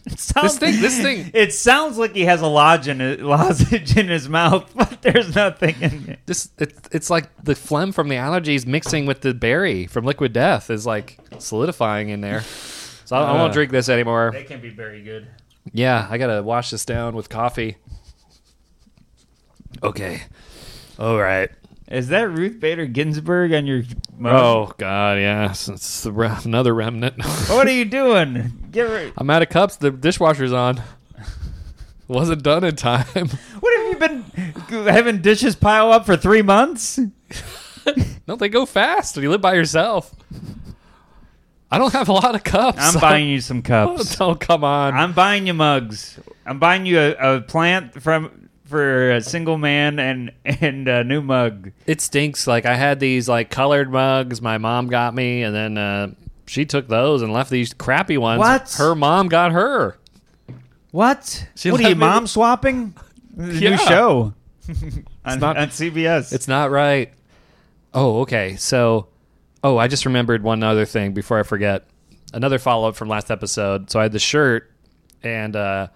[SPEAKER 2] It sounds-
[SPEAKER 1] This thing- this thing-
[SPEAKER 2] It sounds like he has a lodge in his, lozenge in his mouth, but there's nothing in it.
[SPEAKER 1] this it, it's like the phlegm from the allergies mixing with the berry from liquid death is like solidifying in there so i, I won't
[SPEAKER 2] Uh.
[SPEAKER 1] drink this anymore
[SPEAKER 2] They can be very good.
[SPEAKER 1] yeah i gotta wash this down with coffee okay all right
[SPEAKER 2] Is that Ruth Bader Ginsburg on your mug?
[SPEAKER 1] oh god yes it's the re- another remnant
[SPEAKER 2] What are you doing? Get rid-
[SPEAKER 1] i'm out of cups the dishwasher's on wasn't done in time
[SPEAKER 2] what have you been g- having dishes pile up for three months?
[SPEAKER 1] no they go fast when you live by yourself i don't have a lot of cups
[SPEAKER 2] I'm buying you some cups.
[SPEAKER 1] oh come on
[SPEAKER 2] I'm buying you mugs. I'm buying you a, a plant from for a single man and and a new mug.
[SPEAKER 1] it stinks like i had these like colored mugs my mom got me and then uh, she took those and left these crappy ones
[SPEAKER 2] What?
[SPEAKER 1] her mom got her
[SPEAKER 2] What?
[SPEAKER 1] She
[SPEAKER 2] what are
[SPEAKER 1] let
[SPEAKER 2] you
[SPEAKER 1] me-
[SPEAKER 2] mom swapping? The
[SPEAKER 1] Yeah.
[SPEAKER 2] New show. on,
[SPEAKER 1] not-
[SPEAKER 2] on CBS.
[SPEAKER 1] it's not right oh okay so oh i just remembered one other thing before i forget another follow-up from last episode so i had the shirt and uh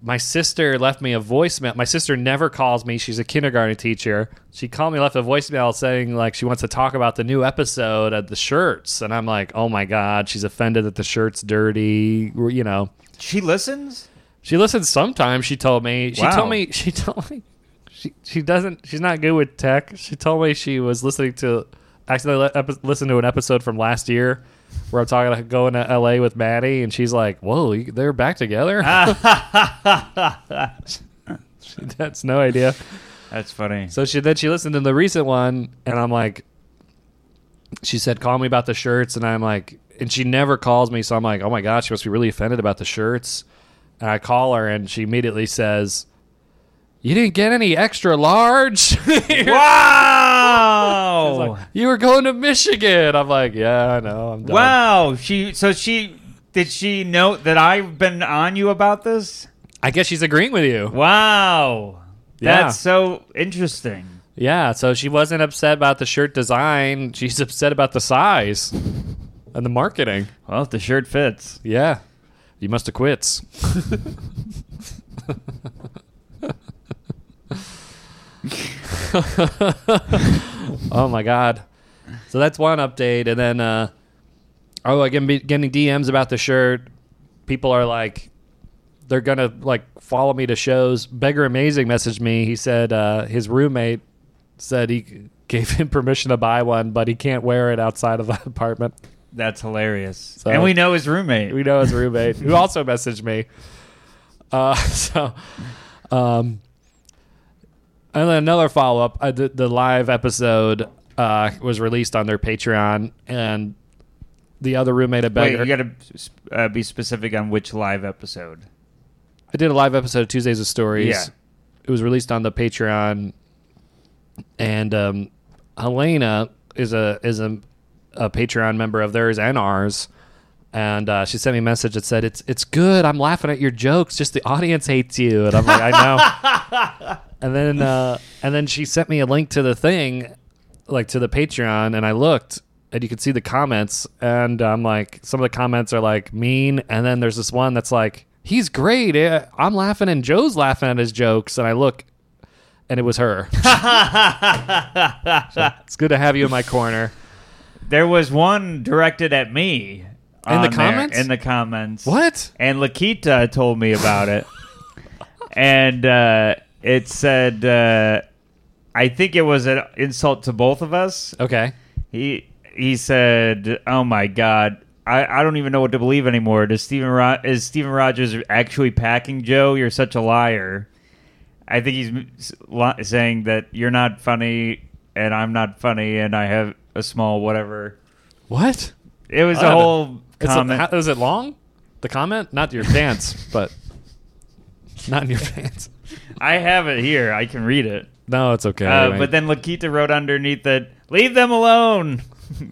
[SPEAKER 1] my sister left me a voicemail. My sister never calls me. She's a kindergarten teacher. She called me, left a voicemail saying like she wants to talk about the new episode of the shirts, and I'm like, oh my god, she's offended that the shirt's dirty. You know,
[SPEAKER 2] She listens.
[SPEAKER 1] she listens sometimes. She told me. She
[SPEAKER 2] Wow.
[SPEAKER 1] told me. She told me. She she doesn't. She's not good with tech. She told me she was listening to accidentally le- epi- listened to an episode from last year where I'm talking about going to L.A. with Maddie, and she's like, "Whoa, you- they're back together."
[SPEAKER 2] Ah.
[SPEAKER 1] she has no idea.
[SPEAKER 2] That's funny.
[SPEAKER 1] So she then she listened to the recent one, and I'm like, she said, "Call me about the shirts," and I'm like, and she never calls me, so I'm like, oh my god, she must be really offended about the shirts. And I call her, and she immediately says, "You didn't get any extra large.
[SPEAKER 2] wow.
[SPEAKER 1] you were going to Michigan." I'm like, yeah, I know, I'm done.
[SPEAKER 2] wow. She. So she. Did she note that I've been on you about this?
[SPEAKER 1] I guess she's agreeing with you.
[SPEAKER 2] Wow.
[SPEAKER 1] Yeah.
[SPEAKER 2] That's so interesting.
[SPEAKER 1] Yeah, so she wasn't upset about the shirt design. She's upset about the size and the marketing.
[SPEAKER 2] Well, if the shirt fits.
[SPEAKER 1] Yeah. You must have quits. oh my god. So that's one update and then uh oh I can be getting DMs about the shirt. People are like they're gonna like follow me to shows. Beggar Amazing messaged me. He said uh his roommate said he gave him permission to buy one, but he can't wear it outside of the apartment.
[SPEAKER 2] That's hilarious. and we know his roommate.
[SPEAKER 1] We know his roommate, who also messaged me. Uh, so, um, and then another follow up. Uh, the, the live episode uh, was released on their Patreon, and the other roommate at
[SPEAKER 2] Wait,
[SPEAKER 1] Beggar.
[SPEAKER 2] you got to uh, be specific on which live episode.
[SPEAKER 1] I did a live episode of Tuesdays of Stories.
[SPEAKER 2] Yeah.
[SPEAKER 1] It was released on the Patreon, and um, Helena is a is a, a Patreon member of theirs and ours, and uh, she sent me a message that said it's it's good. I'm laughing at your jokes. Just the audience hates you, and I'm like I know. and then uh, and then she sent me a link to the thing, like to the Patreon, and I looked. And you could see the comments, and I'm like, some of the comments are like mean, and then there's this one that's like, "He's great, eh, I'm laughing, and Joe's laughing at his jokes," and I look, and it was her. So, it's good to have you in my corner.
[SPEAKER 2] There was one directed at me.
[SPEAKER 1] In the
[SPEAKER 2] on there-
[SPEAKER 1] comments?
[SPEAKER 2] in the comments.
[SPEAKER 1] What?
[SPEAKER 2] And Lakita told me about it. and uh, it said, uh, I think it was an insult to both of us.
[SPEAKER 1] Okay.
[SPEAKER 2] He he said, "Oh my God, I, I don't even know what to believe anymore. Does Steven Ro- is Steven Rogers actually packing Joe? You're such a liar." I think he's m- s- li- saying that you're not funny and I'm not funny and I have a small whatever.
[SPEAKER 1] What?
[SPEAKER 2] It was
[SPEAKER 1] I
[SPEAKER 2] a
[SPEAKER 1] don't
[SPEAKER 2] whole
[SPEAKER 1] Uh, It's
[SPEAKER 2] comment.
[SPEAKER 1] A, how, is it long? The comment? Not your pants, but not in your pants.
[SPEAKER 2] I have it here. I can read it.
[SPEAKER 1] No, it's okay.
[SPEAKER 2] Uh, but then Lakita wrote underneath it, "Leave them alone."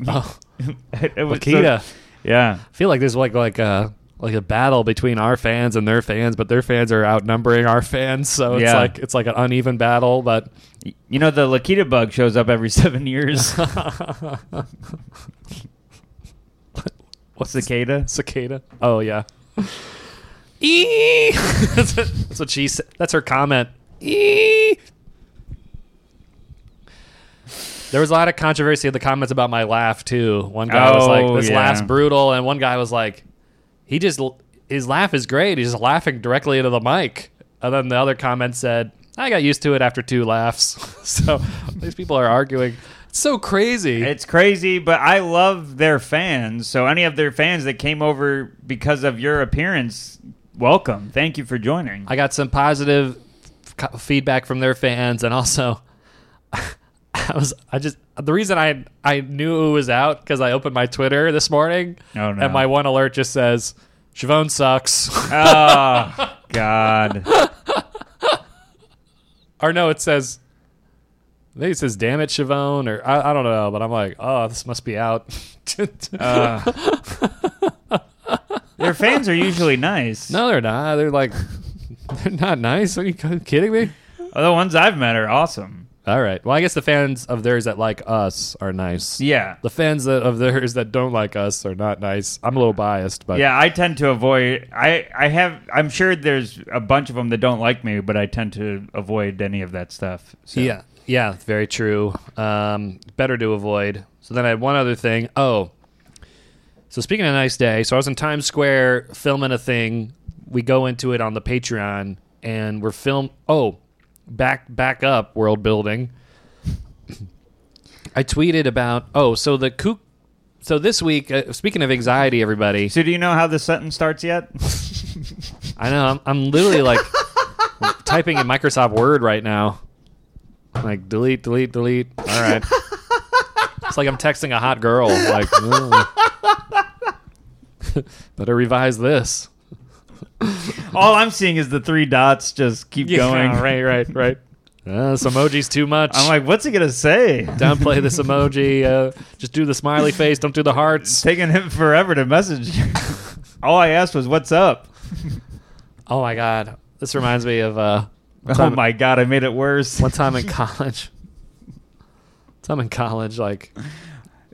[SPEAKER 1] oh,
[SPEAKER 2] it was so-
[SPEAKER 1] Lakita.
[SPEAKER 2] yeah.
[SPEAKER 1] I feel like there's like like a like a battle between our fans and their fans, but their fans are outnumbering our fans, so it's
[SPEAKER 2] Yeah.
[SPEAKER 1] like it's like an uneven battle. But
[SPEAKER 2] You know the Lakita bug shows up every seven years.
[SPEAKER 1] what's the
[SPEAKER 2] Cicada.
[SPEAKER 1] cicada? Oh yeah. Eee! that's what- that's what she said. That's her comment. Eee! There was a lot of controversy in the comments about my laugh too. One guy was
[SPEAKER 2] Oh,
[SPEAKER 1] like, "This
[SPEAKER 2] yeah.
[SPEAKER 1] laugh's brutal," and one guy was like, "He just his laugh is great. He's just laughing directly into the mic." And then the other comment said, "I got used to it after two laughs." so these people are arguing. It's so crazy.
[SPEAKER 2] It's crazy, but I love their fans. So any of their fans that came over because of your appearance, welcome. Thank you for joining.
[SPEAKER 1] I got some positive co- feedback from their fans, and also I was I just the reason I I knew it was out because I opened my Twitter this morning,
[SPEAKER 2] Oh, no.
[SPEAKER 1] and my one alert just says Siobhan sucks,
[SPEAKER 2] oh God.
[SPEAKER 1] or no, it says. I think it says "Damn it, Siobhan," or I, I don't know, but I'm like, oh, this must be out.
[SPEAKER 2] Uh, their fans are usually nice.
[SPEAKER 1] no, they're not. They're like, they're not nice. Are you kidding me?
[SPEAKER 2] Oh, the ones I've met are awesome.
[SPEAKER 1] All right. Well, I guess the fans of theirs that like us are nice.
[SPEAKER 2] Yeah.
[SPEAKER 1] The fans that, of theirs that don't like us are not nice. I'm a little biased, but
[SPEAKER 2] Yeah, I tend to avoid. I I have. I'm sure there's a bunch of them that don't like me, but I tend to avoid any of that stuff. So.
[SPEAKER 1] Yeah, yeah, very true. Um, better to avoid. So then I had one other thing. Oh, so speaking of a nice day, so I was in Times Square filming a thing. We go into it on the Patreon, and we're film. Oh, back back up, world building. I tweeted about oh, so the kook. So this week, uh, speaking of anxiety, everybody,
[SPEAKER 2] So do you know how the sentence starts yet?
[SPEAKER 1] I know I'm, I'm literally like typing in Microsoft Word right now. Like delete, delete, delete. All right. it's like I'm texting a hot girl. Like "Ooh." better revise this.
[SPEAKER 2] All I'm seeing is the three dots just keep going.
[SPEAKER 1] right, right, right. Uh, this emoji's too much.
[SPEAKER 2] I'm like, what's he gonna say?
[SPEAKER 1] downplay this emoji. Uh, just do the smiley face. Don't do the hearts.
[SPEAKER 2] Taking him forever to message. All I asked was, "What's up?"
[SPEAKER 1] Oh my god, this reminds me of uh,
[SPEAKER 2] Oh my god, I made it worse.
[SPEAKER 1] one time in college. One time in college, like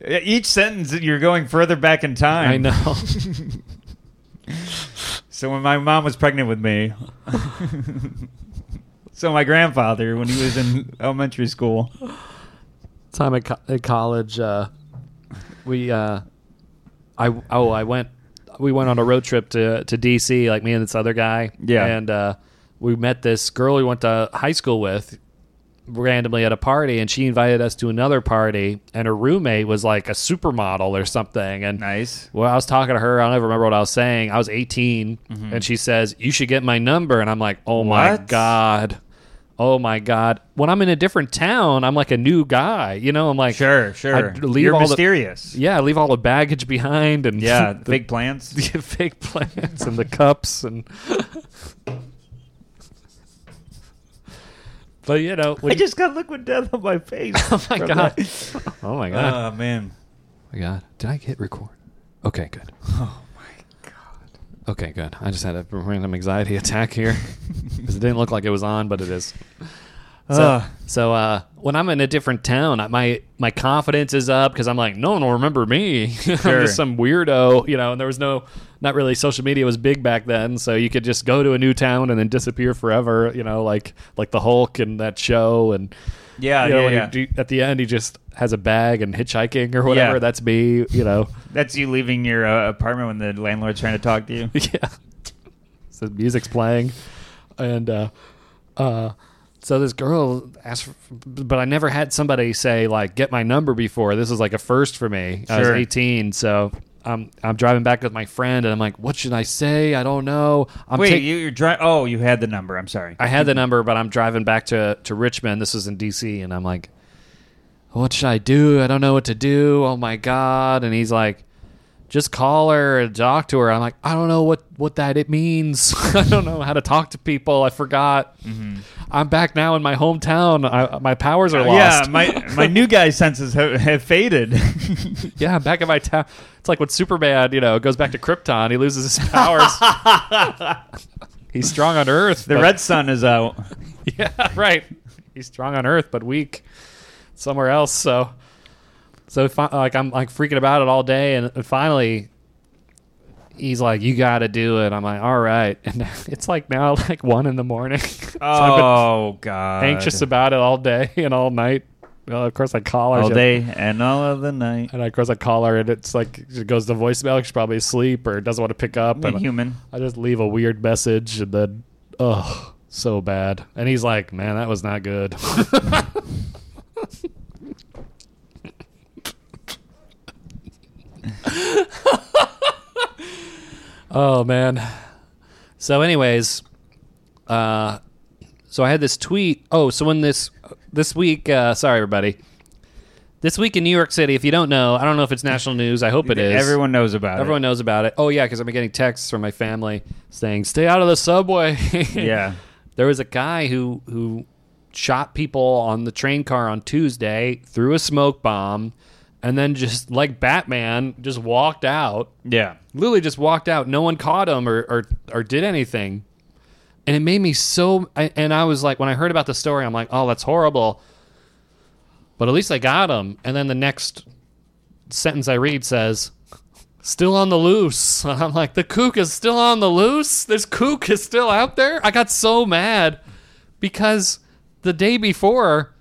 [SPEAKER 2] Each sentence, you're going further back in time.
[SPEAKER 1] I know.
[SPEAKER 2] So when my mom was pregnant with me, so my grandfather, when he was in elementary school,
[SPEAKER 1] time at, co- at college, uh, we uh, I oh I went we went on a road trip to to DC like me and this other guy
[SPEAKER 2] Yeah.
[SPEAKER 1] and uh, we met this girl we went to high school with randomly at a party and she invited us to another party and her roommate was like a supermodel or something and
[SPEAKER 2] nice.
[SPEAKER 1] well, I was talking to her. I don't even remember what I was saying. I was 18, and she says, "You should get my number." And I'm like, "Oh my
[SPEAKER 2] Mm-hmm. What?
[SPEAKER 1] god, oh my god!" When I'm in a different town, I'm like a new guy. You know, I'm like,
[SPEAKER 2] Sure, sure.
[SPEAKER 1] I leave
[SPEAKER 2] You're
[SPEAKER 1] all the-
[SPEAKER 2] mysterious.
[SPEAKER 1] yeah, I leave all the baggage behind, and
[SPEAKER 2] yeah,
[SPEAKER 1] the,
[SPEAKER 2] big plans.
[SPEAKER 1] the fake plants and the cups and. But you know, when
[SPEAKER 2] I
[SPEAKER 1] you-
[SPEAKER 2] just got liquid death on my face.
[SPEAKER 1] oh my
[SPEAKER 2] from
[SPEAKER 1] god,
[SPEAKER 2] that.
[SPEAKER 1] oh my god,
[SPEAKER 2] Oh man.
[SPEAKER 1] my god, did I hit record? Okay, good.
[SPEAKER 2] Oh my god.
[SPEAKER 1] Okay, good. I just had a random anxiety attack here 'Cause it didn't look like it was on, but it is. So,
[SPEAKER 2] Ugh.
[SPEAKER 1] so uh, when I'm in a different town, I- my my confidence is up because I'm like, no one will remember me. I'm
[SPEAKER 2] Sure.
[SPEAKER 1] just some weirdo, you know. And there was no, not really. Social media was big back then, so you could just go to a new town and then disappear forever, you know, like like the Hulk in that show. And
[SPEAKER 2] Yeah,
[SPEAKER 1] you know,
[SPEAKER 2] yeah,
[SPEAKER 1] when he
[SPEAKER 2] yeah.
[SPEAKER 1] do- at the end, he just has a bag and hitchhiking or whatever.
[SPEAKER 2] Yeah.
[SPEAKER 1] That's me, you know.
[SPEAKER 2] That's you leaving your uh, apartment when the landlord's trying to talk to you.
[SPEAKER 1] yeah. So music's playing, and uh, uh, so this girl asked, for, but I never had somebody say like, "Get my number." Before this is like a first for me. I was
[SPEAKER 2] Sure.
[SPEAKER 1] eighteen, so I'm I'm driving back with my friend, and I'm like, "What should I say? I don't know." I'm
[SPEAKER 2] Wait,
[SPEAKER 1] take-
[SPEAKER 2] you, you're dry. Oh, you had the number. I'm sorry.
[SPEAKER 1] I had the number, but I'm driving back to to Richmond. This was in D.C., and I'm like, "What should I do? I don't know what to do. Oh my god!" And he's like, "Just call her and talk to her." I'm like, "I don't know what what that it means. I don't know how to talk to people. I forgot.
[SPEAKER 2] Mm-hmm.
[SPEAKER 1] I'm back now in my hometown. I, my powers are
[SPEAKER 2] Uh, yeah,
[SPEAKER 1] lost.
[SPEAKER 2] my my new guy senses have, have faded.
[SPEAKER 1] yeah, I'm back in my town. It's like when Superman, you know, goes back to Krypton. He loses his powers. he's strong on Earth.
[SPEAKER 2] the
[SPEAKER 1] but-
[SPEAKER 2] red sun is out.
[SPEAKER 1] Yeah, right. He's strong on Earth, but weak somewhere else. So, so fi- like I'm like freaking about it all day, and finally, he's like, "You got to do it." I'm like, "All right," and it's like now like one in the morning. so I've
[SPEAKER 2] Oh god.
[SPEAKER 1] been anxious about it all day and all night. Well, of course, I call her
[SPEAKER 2] all
[SPEAKER 1] she-
[SPEAKER 2] day and all of the night.
[SPEAKER 1] and of course I call her, and it's like she goes to voicemail. She's probably asleep or doesn't want to pick up.
[SPEAKER 2] But
[SPEAKER 1] And
[SPEAKER 2] human.
[SPEAKER 1] I just leave a weird message and then, oh, so bad. And he's like, man, that was not good. oh, man. So, anyways, uh, so I had this tweet. Oh, so when this this week, uh, sorry everybody, this week in New York City. If you don't know, I don't know if it's national news. I hope it is.
[SPEAKER 2] Everyone knows about
[SPEAKER 1] Everyone knows about it. Oh yeah, because I'm getting texts from my family saying, "Stay out of the subway."
[SPEAKER 2] it. Yeah.
[SPEAKER 1] there was a guy who who shot people on the train car on Tuesday, threw a smoke bomb, and then just like Batman, just walked out.
[SPEAKER 2] Yeah.
[SPEAKER 1] Literally just walked out. No one caught him or or, or did anything. And it made me so. I, and I was like, when I heard about the story, I'm like, oh, that's horrible. But at least I got him. And then the next sentence I read says, "Still on the loose." And I'm like, "The kook is still on the loose. This kook is still out there." I got so mad because the day before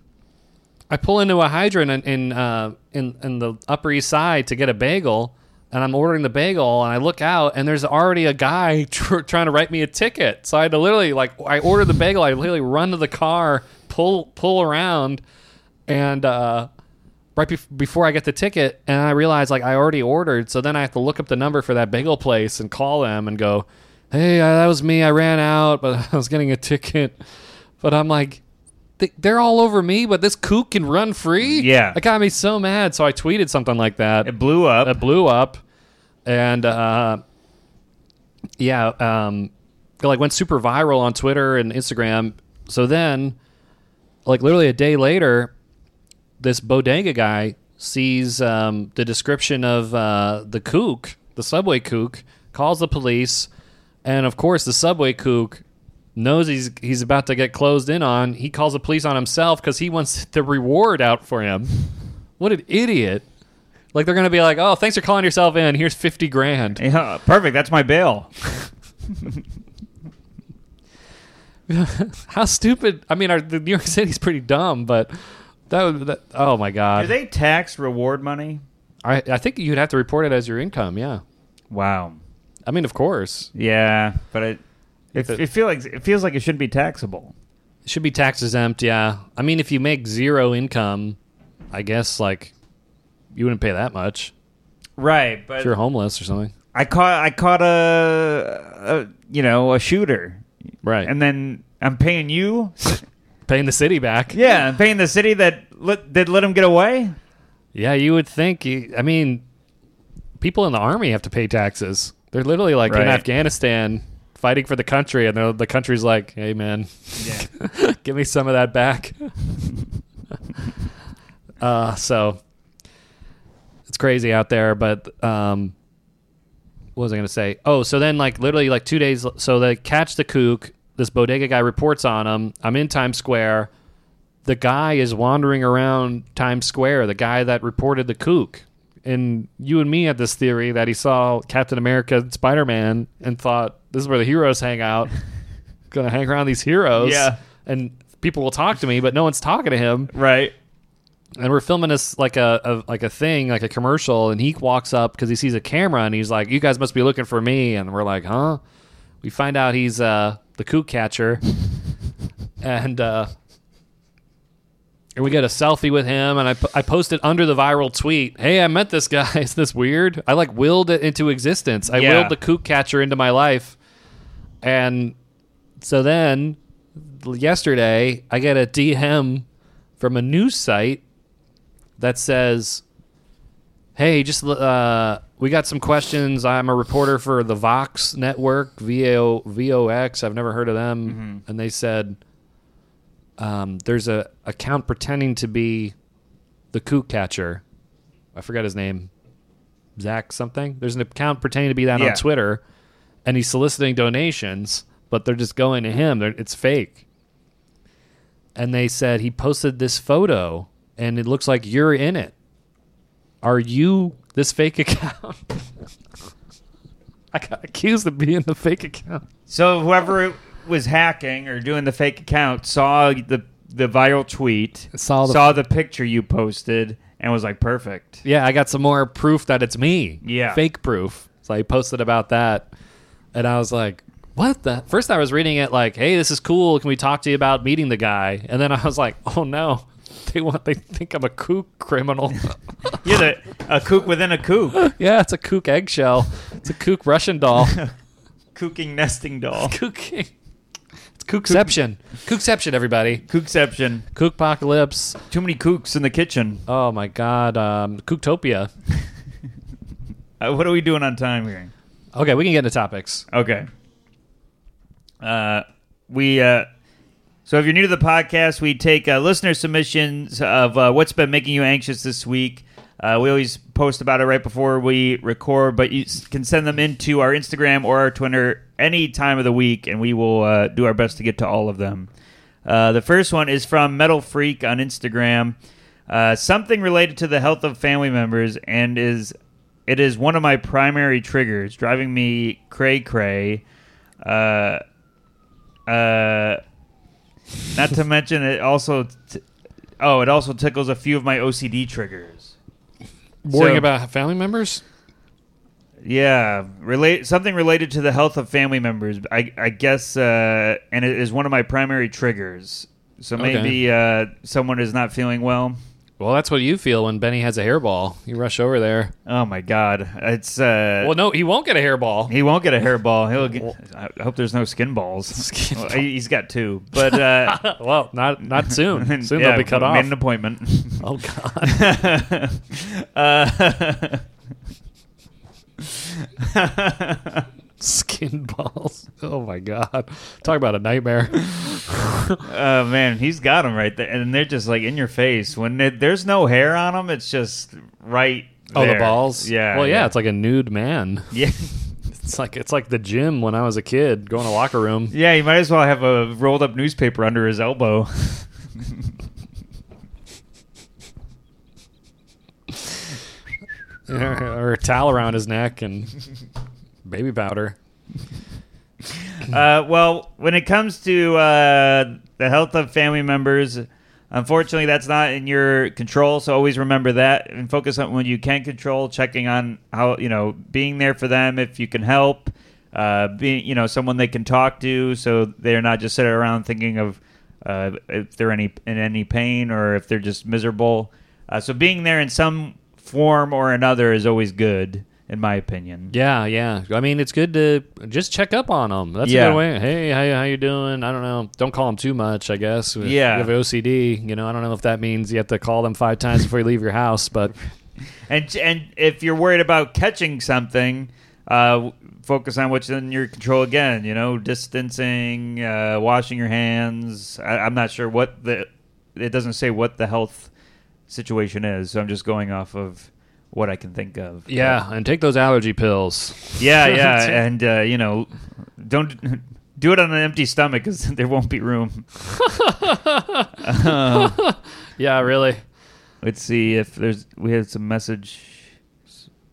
[SPEAKER 1] I pull into a hydrant in in, uh, in in the Upper East Side to get a bagel, and I'm ordering the bagel, and I look out, and there's already a guy tr- trying to write me a ticket. So I had to literally like I ordered the bagel, I literally run to the car, pull pull around, and uh, right bef- before I get the ticket, and I realize like I already ordered, so then I have to look up the number for that bagel place and call them and go, "Hey, uh, that was me. I ran out, but I was getting a ticket." But I'm like, they- they're all over me, but this kook can run free.
[SPEAKER 2] Yeah.
[SPEAKER 1] it got me so mad. So I tweeted something like that.
[SPEAKER 2] It blew up.
[SPEAKER 1] It blew up, and uh, yeah, um, it, like went super viral on Twitter and Instagram. So then, like literally a day later, this bodega guy sees um, the description of uh, the kook, the subway kook, calls the police, and of course the subway kook knows he's he's about to get closed in on. He calls the police on himself because he wants the reward out for him. What an idiot! Like they're gonna be like, "Oh, thanks for calling yourself in. Here's fifty grand."
[SPEAKER 2] Yeah, perfect. That's my bail.
[SPEAKER 1] How stupid! I mean, our, the New York City's pretty dumb, but that would. That, oh my
[SPEAKER 2] Do
[SPEAKER 1] god!
[SPEAKER 2] they tax reward money?
[SPEAKER 1] I I think you'd have to report it as your income. Yeah.
[SPEAKER 2] Wow.
[SPEAKER 1] I mean, of course,
[SPEAKER 2] Yeah, but it it,
[SPEAKER 1] It-
[SPEAKER 2] it feel like it feels like it shouldn't be taxable.
[SPEAKER 1] it should be tax exempt. Yeah. I mean, if you make zero income, I guess like you wouldn't pay that much
[SPEAKER 2] Right, but
[SPEAKER 1] if you're homeless or something.
[SPEAKER 2] I caught I caught a, a you know a shooter,
[SPEAKER 1] Right.
[SPEAKER 2] and
[SPEAKER 1] And
[SPEAKER 2] then I'm paying you.
[SPEAKER 1] paying the city back.
[SPEAKER 2] yeah, I'm paying the city that let, that let him get away.
[SPEAKER 1] Yeah, you would think. You, I mean, people in the army have to pay taxes. They're literally like in
[SPEAKER 2] Right.
[SPEAKER 1] Afghanistan fighting for the country, and they're- the country's like, "Hey, man, give me some of that back." uh, so it's crazy out there, but um, what was I going to say? Oh, so then like literally like two days. So they catch the kook. This bodega guy reports on him. I'm in Times Square. The guy is wandering around Times Square. The guy that reported the kook. And you and me had this theory that he saw Captain America and Spider Man and thought this is where the heroes hang out. Gonna hang around these heroes.
[SPEAKER 2] Yeah.
[SPEAKER 1] And people will talk to me, but no one's talking to him
[SPEAKER 2] Right.
[SPEAKER 1] and we're filming this like a, a like a thing like a commercial and he walks up because he sees a camera and he's like you guys must be looking for me and we're like huh we find out he's uh the kook catcher and uh and we get a selfie with him and I, po- I posted under the viral tweet hey i met this guy is this weird i like willed it into existence i
[SPEAKER 2] Yeah.
[SPEAKER 1] willed the kook catcher into my life and so then yesterday i get a dm from a news site that says, "Hey, just uh, we got some questions. I'm a reporter for the Vox network, VO, VOX. I've never heard of them." And they said, um, "There's a account pretending to be the kook catcher. I forgot his name, Zach something. There's an account pretending to be that
[SPEAKER 2] Yeah.
[SPEAKER 1] on Twitter, and he's soliciting donations, but they're just going to him. They're, it's fake." And they said he posted this photo, and it looks like you're in it. Are you this fake account? I got accused of being the fake account.
[SPEAKER 2] So whoever was hacking or doing the fake account saw the the viral tweet,
[SPEAKER 1] Saw the-
[SPEAKER 2] saw the picture you posted, and was like, perfect.
[SPEAKER 1] Yeah, I got some more proof that it's me.
[SPEAKER 2] Yeah.
[SPEAKER 1] Fake proof. So I posted about that. And I was like, what the? First, I was reading it like, hey, this is cool. Can we talk to you about meeting the guy? And then I was like, oh no. They want. They think I'm a kook criminal.
[SPEAKER 2] You're the, a kook within a kook,
[SPEAKER 1] yeah, it's a kook eggshell. It's a kook Russian doll.
[SPEAKER 2] kooking nesting doll,
[SPEAKER 1] Kooking. It's kookception. Kookception, everybody.
[SPEAKER 2] kookception.
[SPEAKER 1] Kookpocalypse.
[SPEAKER 2] Too many kooks in the kitchen.
[SPEAKER 1] Oh my God, um, Cooktopia.
[SPEAKER 2] Uh, what are we doing on time here?
[SPEAKER 1] Okay, we can get into topics.
[SPEAKER 2] Okay. Uh, we uh, so if you're new to the podcast, we take uh, listener submissions of uh, what's been making you anxious this week. Uh, we always post about it right before we record, but you s- can send them into our Instagram or our Twitter any time of the week, and we will uh, do our best to get to all of them. Uh, the first one is from Metal Freak on Instagram. uh, something related to the health of family members, and is it is one of my primary triggers, driving me cray cray. Uh, uh, not to mention it also. T- oh, it also tickles a few of my OCD triggers.
[SPEAKER 1] Worrying
[SPEAKER 2] So-
[SPEAKER 1] about family members?
[SPEAKER 2] Yeah, relate something related to the health of family members. I, I guess, uh, and it is one of my primary triggers. So
[SPEAKER 1] Okay.
[SPEAKER 2] maybe uh, someone is not feeling well.
[SPEAKER 1] Well, that's what you feel when Benny has a hairball. You rush over there.
[SPEAKER 2] Oh my God, it's uh,
[SPEAKER 1] Well, no, he won't get a hairball.
[SPEAKER 2] he won't get a hairball. He'll get. I hope there's no skin balls.
[SPEAKER 1] Skin
[SPEAKER 2] Well,
[SPEAKER 1] ball.
[SPEAKER 2] he- he's got two, but uh,
[SPEAKER 1] Well, not not soon. Soon
[SPEAKER 2] yeah,
[SPEAKER 1] they'll be cut
[SPEAKER 2] made
[SPEAKER 1] off.
[SPEAKER 2] an appointment.
[SPEAKER 1] oh God.
[SPEAKER 2] uh, Uh,
[SPEAKER 1] Skin balls. Oh my God. Talk about a nightmare.
[SPEAKER 2] Oh man, he's got them right there, and they're just like in your face. When they, there's no hair on them, it's just right.
[SPEAKER 1] Oh, the
[SPEAKER 2] there.
[SPEAKER 1] balls.
[SPEAKER 2] Yeah.
[SPEAKER 1] Well, yeah, it's like a nude man.
[SPEAKER 2] yeah.
[SPEAKER 1] It's like it's like the gym when I was a kid, going to locker room.
[SPEAKER 2] Yeah, he might as well have a rolled up newspaper under his elbow.
[SPEAKER 1] or a towel around his neck and baby powder.
[SPEAKER 2] uh, well, when it comes to uh, the health of family members, unfortunately, that's not in your control. So always remember that and focus on what you can control. Checking on how you know being there for them if you can help. Uh, being you know someone they can talk to, so they're not just sitting around thinking of uh, if they're any in any pain or if they're just miserable. Uh, so being there in some form or another is always good, in my opinion.
[SPEAKER 1] Yeah, yeah. I mean, it's good to just check up on them. That's
[SPEAKER 2] Yeah.
[SPEAKER 1] a good way. Hey, how how you doing? I don't know. Don't call them too much. I guess. If
[SPEAKER 2] Yeah.
[SPEAKER 1] You have OCD. You know, I don't know if that means you have to call them five times before you leave your house, but
[SPEAKER 2] And and if you're worried about catching something, uh, focus on what's in your control again. You know, distancing, uh, washing your hands. I, I'm not sure what the. It doesn't say what the health situation is, so I'm just going off of what I can think of.
[SPEAKER 1] yeah. And take those allergy pills.
[SPEAKER 2] yeah, yeah, and uh, you know, don't. Do it on an empty stomach because there won't be room. Um,
[SPEAKER 1] Yeah, really.
[SPEAKER 2] Let's see if there's. We had some message.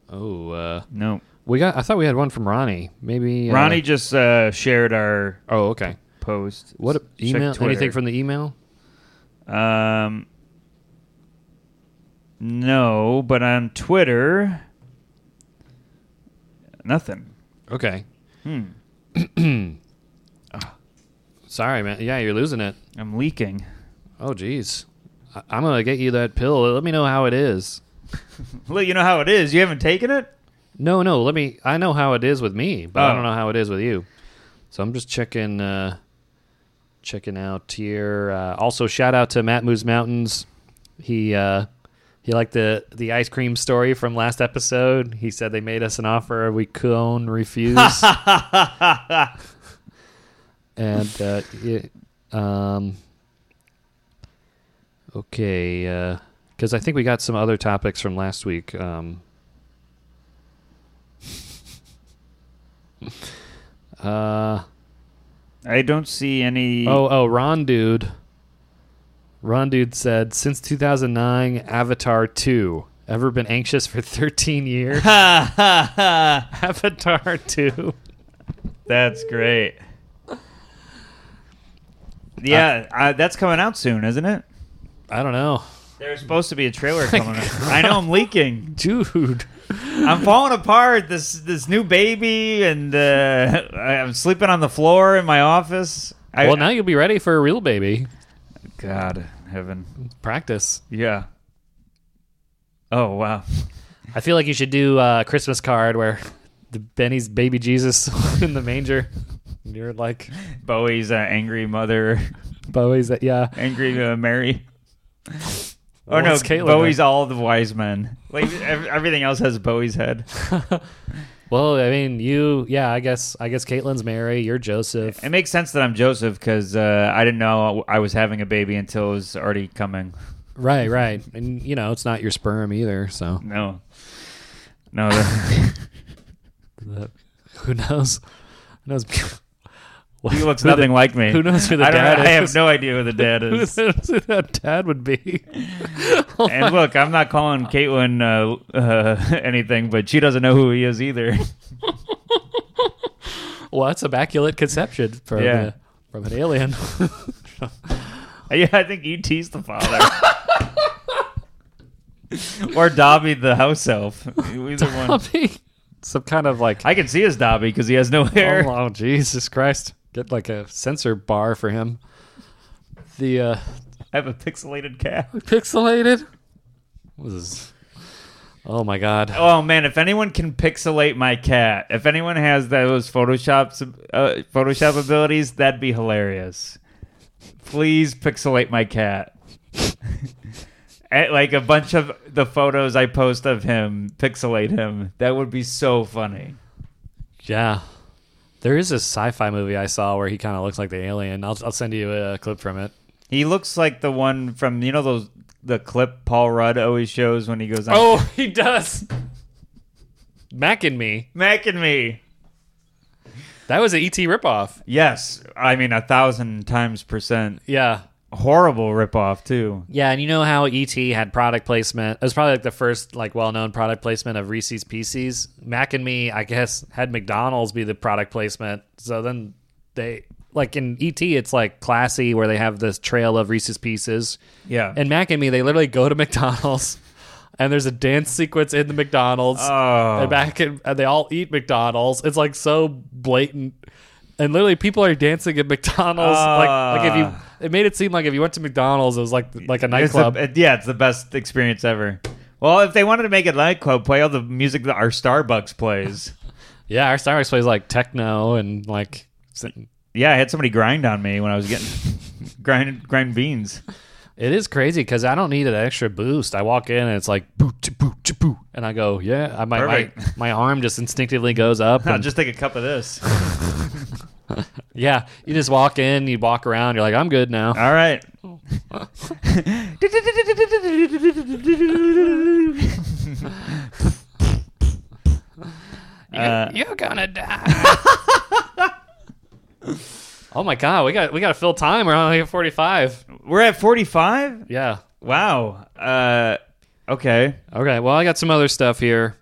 [SPEAKER 1] Oh, uh,
[SPEAKER 2] No,
[SPEAKER 1] we got. I thought we had one from Ronnie. Maybe uh,
[SPEAKER 2] Ronnie just uh, shared our
[SPEAKER 1] Oh, okay.
[SPEAKER 2] post.
[SPEAKER 1] What
[SPEAKER 2] Check
[SPEAKER 1] email?
[SPEAKER 2] Twitter.
[SPEAKER 1] Anything from the email?
[SPEAKER 2] Um, no, but on Twitter, nothing.
[SPEAKER 1] Okay.
[SPEAKER 2] Hmm.
[SPEAKER 1] Sorry, man. Yeah, you're losing it.
[SPEAKER 2] I'm leaking.
[SPEAKER 1] Oh, geez. I- I'm gonna get you that pill. Let me know how it is.
[SPEAKER 2] Look, you know how it is. You haven't taken it.
[SPEAKER 1] No, no. Let me. I know how it is with me, but I
[SPEAKER 2] Oh.
[SPEAKER 1] don't know how it is with you. So I'm just checking, uh, checking out here. Uh, also, shout out to Matt Moose Mountains. He uh, he liked the the ice cream story from last episode. He said they made us an offer we couldn't refuse. and uh, it, um, okay, because I think we got some other topics from last week. Um, Uh
[SPEAKER 2] I don't see any.
[SPEAKER 1] oh oh Ron dude. Ron dude said since 2009 Avatar 2 ever been anxious for 13 years? oh. Avatar 2.
[SPEAKER 2] that's great. Yeah, uh, that's coming out soon, isn't it?
[SPEAKER 1] I don't know.
[SPEAKER 2] There's supposed to be a trailer coming out. I know I'm leaking.
[SPEAKER 1] Dude.
[SPEAKER 2] I'm falling apart. This this new baby, and uh, I- I'm sleeping on the floor in my office. I,
[SPEAKER 1] well, now you'll be ready for a real baby.
[SPEAKER 2] God, heaven.
[SPEAKER 1] Practice.
[SPEAKER 2] Yeah. Oh wow.
[SPEAKER 1] I feel like you should do a Christmas card where the Benny's baby Jesus in the manger. And You're like
[SPEAKER 2] Bowie's uh, angry mother,
[SPEAKER 1] Bowie's that yeah.
[SPEAKER 2] angry uh, Mary. Oh no,
[SPEAKER 1] What's Caitlyn
[SPEAKER 2] Bowie's all the wise men. Like ev- everything else has Bowie's head.
[SPEAKER 1] Well, I mean, you yeah, I guess I guess Caitlin's Mary, you're Joseph.
[SPEAKER 2] It makes sense that I'm Joseph because uh, I didn't know I was having a baby until it was already coming.
[SPEAKER 1] Right, right. And you know, it's not your sperm either, so
[SPEAKER 2] No, no. that-
[SPEAKER 1] that- who knows? Who knows?
[SPEAKER 2] He looks nothing like me.
[SPEAKER 1] who knows who the
[SPEAKER 2] I don't
[SPEAKER 1] dad
[SPEAKER 2] know- I have
[SPEAKER 1] is?
[SPEAKER 2] no idea who the dad
[SPEAKER 1] Who
[SPEAKER 2] is.
[SPEAKER 1] knows who that dad would be? Oh my-
[SPEAKER 2] and look, I'm not calling Caitlin uh, uh, anything, but she doesn't know who he is either.
[SPEAKER 1] well, that's a baculate conception from,
[SPEAKER 2] Yeah.
[SPEAKER 1] uh, from an alien.
[SPEAKER 2] yeah, I think E.T.'s the father. or Dobby the house elf. Either one.
[SPEAKER 1] Puppy. Some kind of like
[SPEAKER 2] I can see his Dobby because he has no hair.
[SPEAKER 1] Oh, wow, Jesus Christ. Get like a sensor bar for him. The uh,
[SPEAKER 2] I have a pixelated cat.
[SPEAKER 1] pixelated. What is this? Oh my God.
[SPEAKER 2] Oh man, if anyone can pixelate my cat, if anyone has those Photoshop uh, Photoshop abilities, that'd be hilarious. Please pixelate my cat. Eh, like a bunch of the photos I post of him, pixelate him. That would be so funny.
[SPEAKER 1] Yeah. There is a sci fi movie I saw where he kind of looks like the alien. I'll, I'll send you a clip from it.
[SPEAKER 2] He looks like the one from you know those the clip Paul Rudd always shows when he goes on
[SPEAKER 1] Oh, he does. Mac and me.
[SPEAKER 2] Mac and me.
[SPEAKER 1] That was an ET ripoff.
[SPEAKER 2] Yes, I mean a thousand times percent
[SPEAKER 1] Yeah.
[SPEAKER 2] horrible ripoff too.
[SPEAKER 1] Yeah, and you know how ET had product placement. It was probably like the first like well-known product placement of Reese's Pieces. Mac and Me, I guess, had McDonald's be the product placement. So then they like in ET, it's like classy where they have this trail of Reese's Pieces.
[SPEAKER 2] Yeah,
[SPEAKER 1] And Mac and Me, they literally go to McDonald's, and there's a dance sequence in the McDonald's.
[SPEAKER 2] Oh.
[SPEAKER 1] And back in, and they all eat McDonald's. It's like so blatant. And literally, people are dancing at McDonald's. like, like if
[SPEAKER 2] Ah.
[SPEAKER 1] you, it made it seem like if you went to McDonald's, it was like like a
[SPEAKER 2] It's
[SPEAKER 1] nightclub.
[SPEAKER 2] the- it- yeah, it's the best experience ever. Well, if they wanted to make it nightclub, play all the music that our Starbucks plays.
[SPEAKER 1] yeah, our Starbucks plays like techno and like. It
[SPEAKER 2] yeah, I had somebody grind on me when I was getting grind grind beans.
[SPEAKER 1] is crazy because I don't need an extra boost. I walk in and it's like boo to boo to boo, and I go, yeah. I, my, my
[SPEAKER 2] Perfect.
[SPEAKER 1] my arm just instinctively goes up.
[SPEAKER 2] I'll
[SPEAKER 1] and-
[SPEAKER 2] just take a cup of this.
[SPEAKER 1] yeah, you just walk in, you walk around, you're like, I'm good now.
[SPEAKER 2] All right. Uh,
[SPEAKER 1] You're gonna die. oh my god, we got we got to fill time. We're only at forty five.
[SPEAKER 2] we're at 45?
[SPEAKER 1] Yeah.
[SPEAKER 2] Wow. Uh, okay.
[SPEAKER 1] Okay. Well, I got some other stuff here.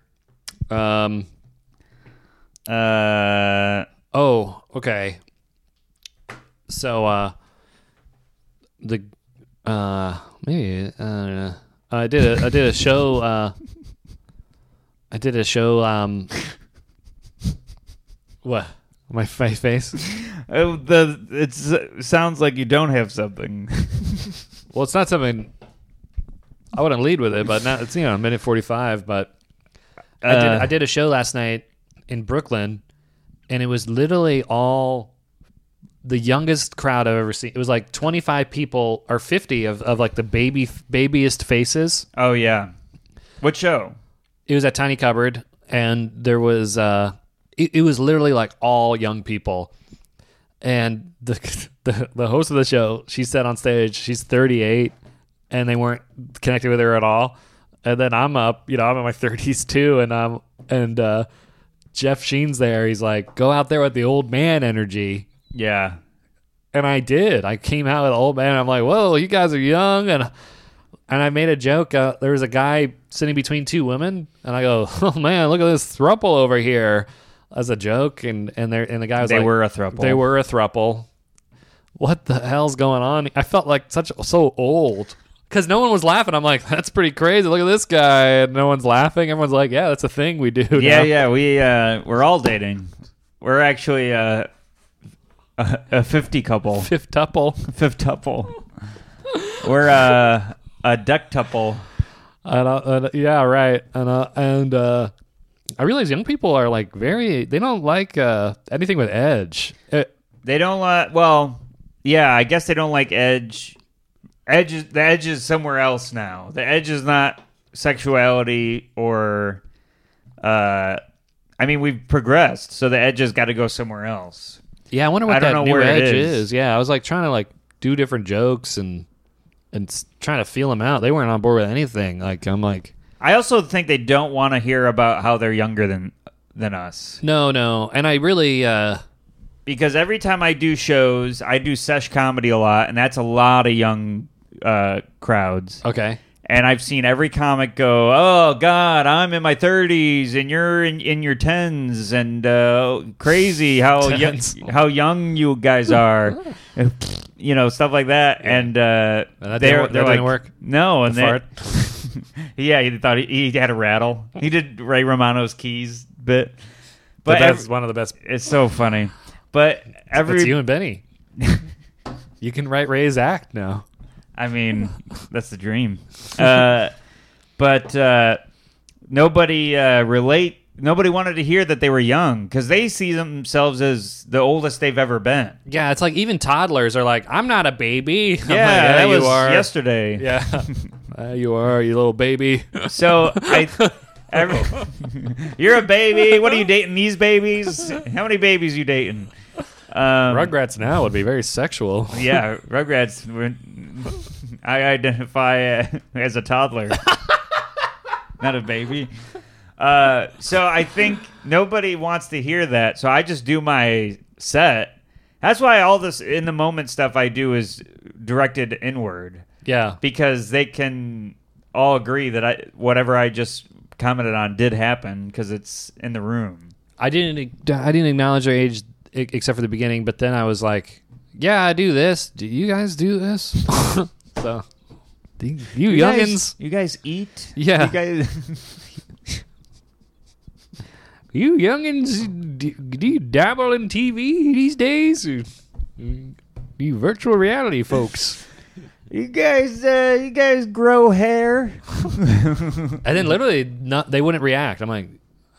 [SPEAKER 1] Um.
[SPEAKER 2] Uh,
[SPEAKER 1] Oh. Okay. So uh, the uh maybe uh I did a I did a show uh I did a show um what my fa- face.
[SPEAKER 2] oh, the it's, it sounds like you don't have something.
[SPEAKER 1] Well, it's not something I wouldn't lead with it, but now it's you know minute forty five. But I, did,
[SPEAKER 2] Uh,
[SPEAKER 1] I did a show last night in Brooklyn, and it was literally all the youngest crowd I've ever seen. It was like twenty five people or fifty of, of like the baby babyest faces.
[SPEAKER 2] Oh yeah. What show?
[SPEAKER 1] It was at Tiny Cupboard, and there was uh, it, it was literally like all young people. And the, the the host of the show, she said on stage, she's 38, and they weren't connected with her at all. And then I'm up, you know, I'm in my 30s too, and I'm and uh, Jeff Sheen's there. He's like, go out there with the old man energy.
[SPEAKER 2] Yeah.
[SPEAKER 1] And I did. I came out with an old man. I'm like, whoa, you guys are young, and and I made a joke. Uh, there was a guy sitting between two women, and I go, oh man, look at this thruple over here, as a joke. And and there and the guy was
[SPEAKER 2] They
[SPEAKER 1] like,
[SPEAKER 2] were a throuple.
[SPEAKER 1] They were a thruple. What the hell's going on? I felt like such so old because no one was laughing. I'm like, that's pretty crazy. Look at this guy, and no one's laughing. Everyone's like, yeah, that's a thing we do.
[SPEAKER 2] Yeah,
[SPEAKER 1] now."
[SPEAKER 2] yeah. We uh, we're all dating. We're actually uh, a, a fifty couple,
[SPEAKER 1] Fifth tuple.
[SPEAKER 2] fiftuple. we're uh, a ductuple.
[SPEAKER 1] And, uh, and, uh, yeah, right. And uh, and uh, I realize young people are like very they don't like uh, anything with edge. Uh,
[SPEAKER 2] They don't like. Well, yeah. I guess they don't like edge. Edge. Is, the edge is somewhere else now. The edge is not sexuality or. Uh, I mean, we've progressed, so the edge has got to go somewhere else.
[SPEAKER 1] yeah, I wonder what
[SPEAKER 2] I don't
[SPEAKER 1] that
[SPEAKER 2] know
[SPEAKER 1] new
[SPEAKER 2] where it
[SPEAKER 1] edge is.
[SPEAKER 2] is.
[SPEAKER 1] Yeah, I was like trying to like do different jokes and and s- trying to feel them out. They weren't on board with anything. Like I'm like
[SPEAKER 2] I also think they don't want to hear about how they're younger than than us.
[SPEAKER 1] no, no. And I really uh,
[SPEAKER 2] because every time I do shows, I do sesh comedy a lot, and that's a lot of young uh, crowds.
[SPEAKER 1] Okay.
[SPEAKER 2] And I've seen every comic go, "Oh God, I'm in my 30s, and you're in, in your 10s, and uh, crazy how young,
[SPEAKER 1] Tens.
[SPEAKER 2] how young you guys are." You know stuff like that, and uh,
[SPEAKER 1] That didn't
[SPEAKER 2] they're,
[SPEAKER 1] wor- that
[SPEAKER 2] they're
[SPEAKER 1] didn't
[SPEAKER 2] like,
[SPEAKER 1] work?
[SPEAKER 2] No, and
[SPEAKER 1] The
[SPEAKER 2] they-
[SPEAKER 1] fart?
[SPEAKER 2] yeah, he thought he, he had a rattle. He did Ray Romano's keys bit,
[SPEAKER 1] But
[SPEAKER 2] but
[SPEAKER 1] that's
[SPEAKER 2] ev-
[SPEAKER 1] one of the best.
[SPEAKER 2] it's so funny. But
[SPEAKER 1] It's
[SPEAKER 2] every,
[SPEAKER 1] you and Benny. you can write Ray's act now.
[SPEAKER 2] I mean, that's the dream. Uh, but uh, nobody uh, relate. Nobody wanted to hear that they were young because they see themselves as the oldest they've ever been.
[SPEAKER 1] Yeah, it's like even toddlers are like, I'm not a baby. I'm like,
[SPEAKER 2] yeah, that
[SPEAKER 1] you
[SPEAKER 2] was
[SPEAKER 1] are.
[SPEAKER 2] yesterday.
[SPEAKER 1] Yeah. Uh, you are, you little baby.
[SPEAKER 2] So I, every, you're a baby. What are you dating? These babies? How many babies you dating? Um,
[SPEAKER 1] Rugrats now would be very sexual.
[SPEAKER 2] Yeah, Rugrats. were- I identify uh, as a toddler, not a baby. Uh, so I think nobody wants to hear that. So I just do my set. That's why all this in the moment stuff I do is directed inward
[SPEAKER 1] Yeah.
[SPEAKER 2] because they can all agree that I whatever I just commented on did happen because it's in the room.
[SPEAKER 1] I didn't I didn't acknowledge their age e- except for the beginning, but then I was like, yeah, I do this. Do you guys do this? so you, you youngins,
[SPEAKER 2] guys, you guys eat.
[SPEAKER 1] Yeah.
[SPEAKER 2] You guys.
[SPEAKER 1] you youngins, do, do you dabble in TV these days? Or- mm, You virtual reality folks.
[SPEAKER 2] You guys, uh, you guys grow hair.
[SPEAKER 1] and
[SPEAKER 2] Mm-hmm.
[SPEAKER 1] then literally, not they wouldn't react. I'm like,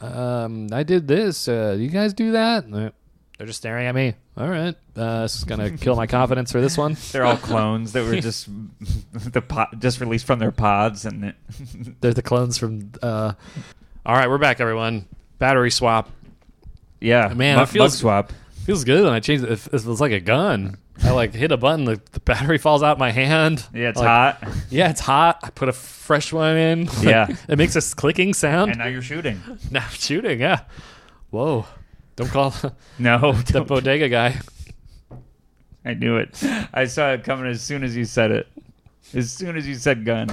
[SPEAKER 1] um, I did this. Uh, you guys do that? And they're- They're just staring at me. All right, uh, this is gonna kill my confidence for this one.
[SPEAKER 2] They're all clones that were just the po- just released from their pods, and it-
[SPEAKER 1] They're the clones from. Uh... All right, we're back, everyone. Battery swap
[SPEAKER 2] yeah,
[SPEAKER 1] Man,
[SPEAKER 2] mu-
[SPEAKER 1] it feels-
[SPEAKER 2] bug swap.
[SPEAKER 1] feels good when I change it. It f- it was like a gun. I like hit a button, the, the battery falls out my hand.
[SPEAKER 2] Yeah, it's
[SPEAKER 1] Like,
[SPEAKER 2] hot,
[SPEAKER 1] Yeah, it's hot. I put a fresh one in.
[SPEAKER 2] Yeah.
[SPEAKER 1] it makes a clicking sound.
[SPEAKER 2] and now you're shooting.
[SPEAKER 1] now I'm shooting. Yeah. Whoa. Don't call the
[SPEAKER 2] No, don't-
[SPEAKER 1] bodega guy.
[SPEAKER 2] I knew it. I saw it coming as soon as you said it. As soon as you said gun.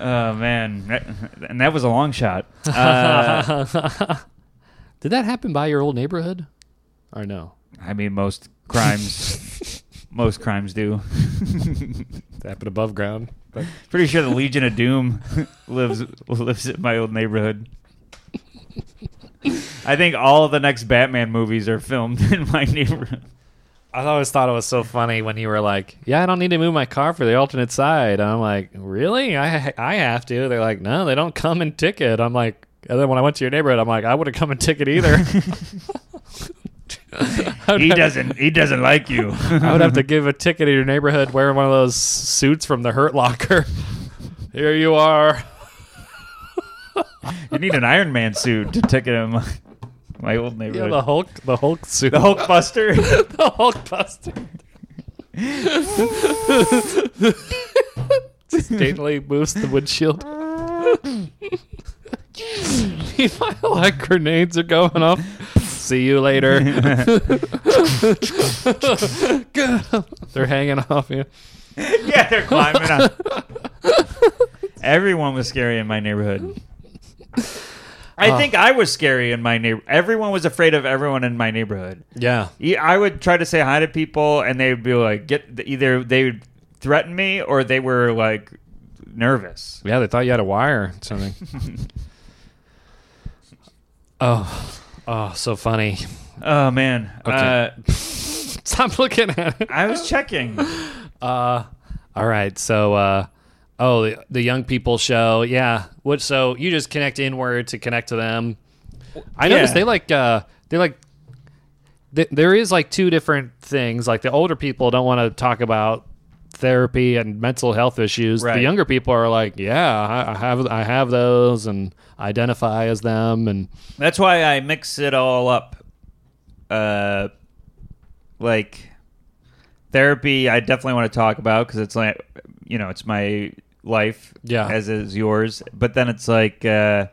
[SPEAKER 2] Oh man, That- and that was a long shot. Uh,
[SPEAKER 1] Did that happen by your old neighborhood? Or no?
[SPEAKER 2] I mean, most crimes, most crimes do.
[SPEAKER 1] It happened above ground. But
[SPEAKER 2] Pretty sure the Legion of Doom lives lives in my old neighborhood. I think all of the next Batman movies are filmed in my neighborhood.
[SPEAKER 1] I always thought it was so funny when you were like, "Yeah, I don't need to move my car for the alternate side." And I'm like, "Really? I I have to?" They're like, "No, they don't come and ticket." I'm like, and then when I went to your neighborhood, I'm like, "I wouldn't come and ticket either." I would
[SPEAKER 2] He
[SPEAKER 1] have-
[SPEAKER 2] doesn't. He doesn't like you.
[SPEAKER 1] I would have to give a ticket to your neighborhood wearing one of those suits from the Hurt Locker. Here you are.
[SPEAKER 2] You need an Iron Man suit to ticket him. My, my old
[SPEAKER 1] Yeah,
[SPEAKER 2] neighborhood.
[SPEAKER 1] the Hulk, the Hulk suit,
[SPEAKER 2] the Hulk Buster.
[SPEAKER 1] the Hulk Buster. Stately moves the windshield. Meanwhile, like grenades are going off. See you later. Good. They're hanging off you.
[SPEAKER 2] yeah, they're climbing up. Everyone was scary in my neighborhood.
[SPEAKER 1] Uh,
[SPEAKER 2] I think I was scary in my neighbor. Everyone was afraid of everyone in my neighborhood.
[SPEAKER 1] Yeah.
[SPEAKER 2] Yeah, I would try to say hi to people, and they'd be like, "Get either they would threaten me or they were like nervous."
[SPEAKER 1] Yeah, they thought you had a wire or something. oh, oh, so funny.
[SPEAKER 2] Oh man,
[SPEAKER 1] Okay.
[SPEAKER 2] uh,
[SPEAKER 1] Stop looking at it.
[SPEAKER 2] I was checking.
[SPEAKER 1] Uh, all right. So, uh, oh, the, the young people show. Yeah. What? So you just connect inward to connect to them. I
[SPEAKER 2] Yeah.
[SPEAKER 1] noticed they like uh, they like. Th- there is like two different things. Like the older people don't want to talk about therapy and mental health issues. The
[SPEAKER 2] Right.
[SPEAKER 1] younger people are like, yeah, I, I have I have those and identify as them and
[SPEAKER 2] That's why I mix it all up. Uh, like therapy, I definitely want to talk about because it's like you know, it's my life,
[SPEAKER 1] Yeah.
[SPEAKER 2] as is yours. But then it's like uh,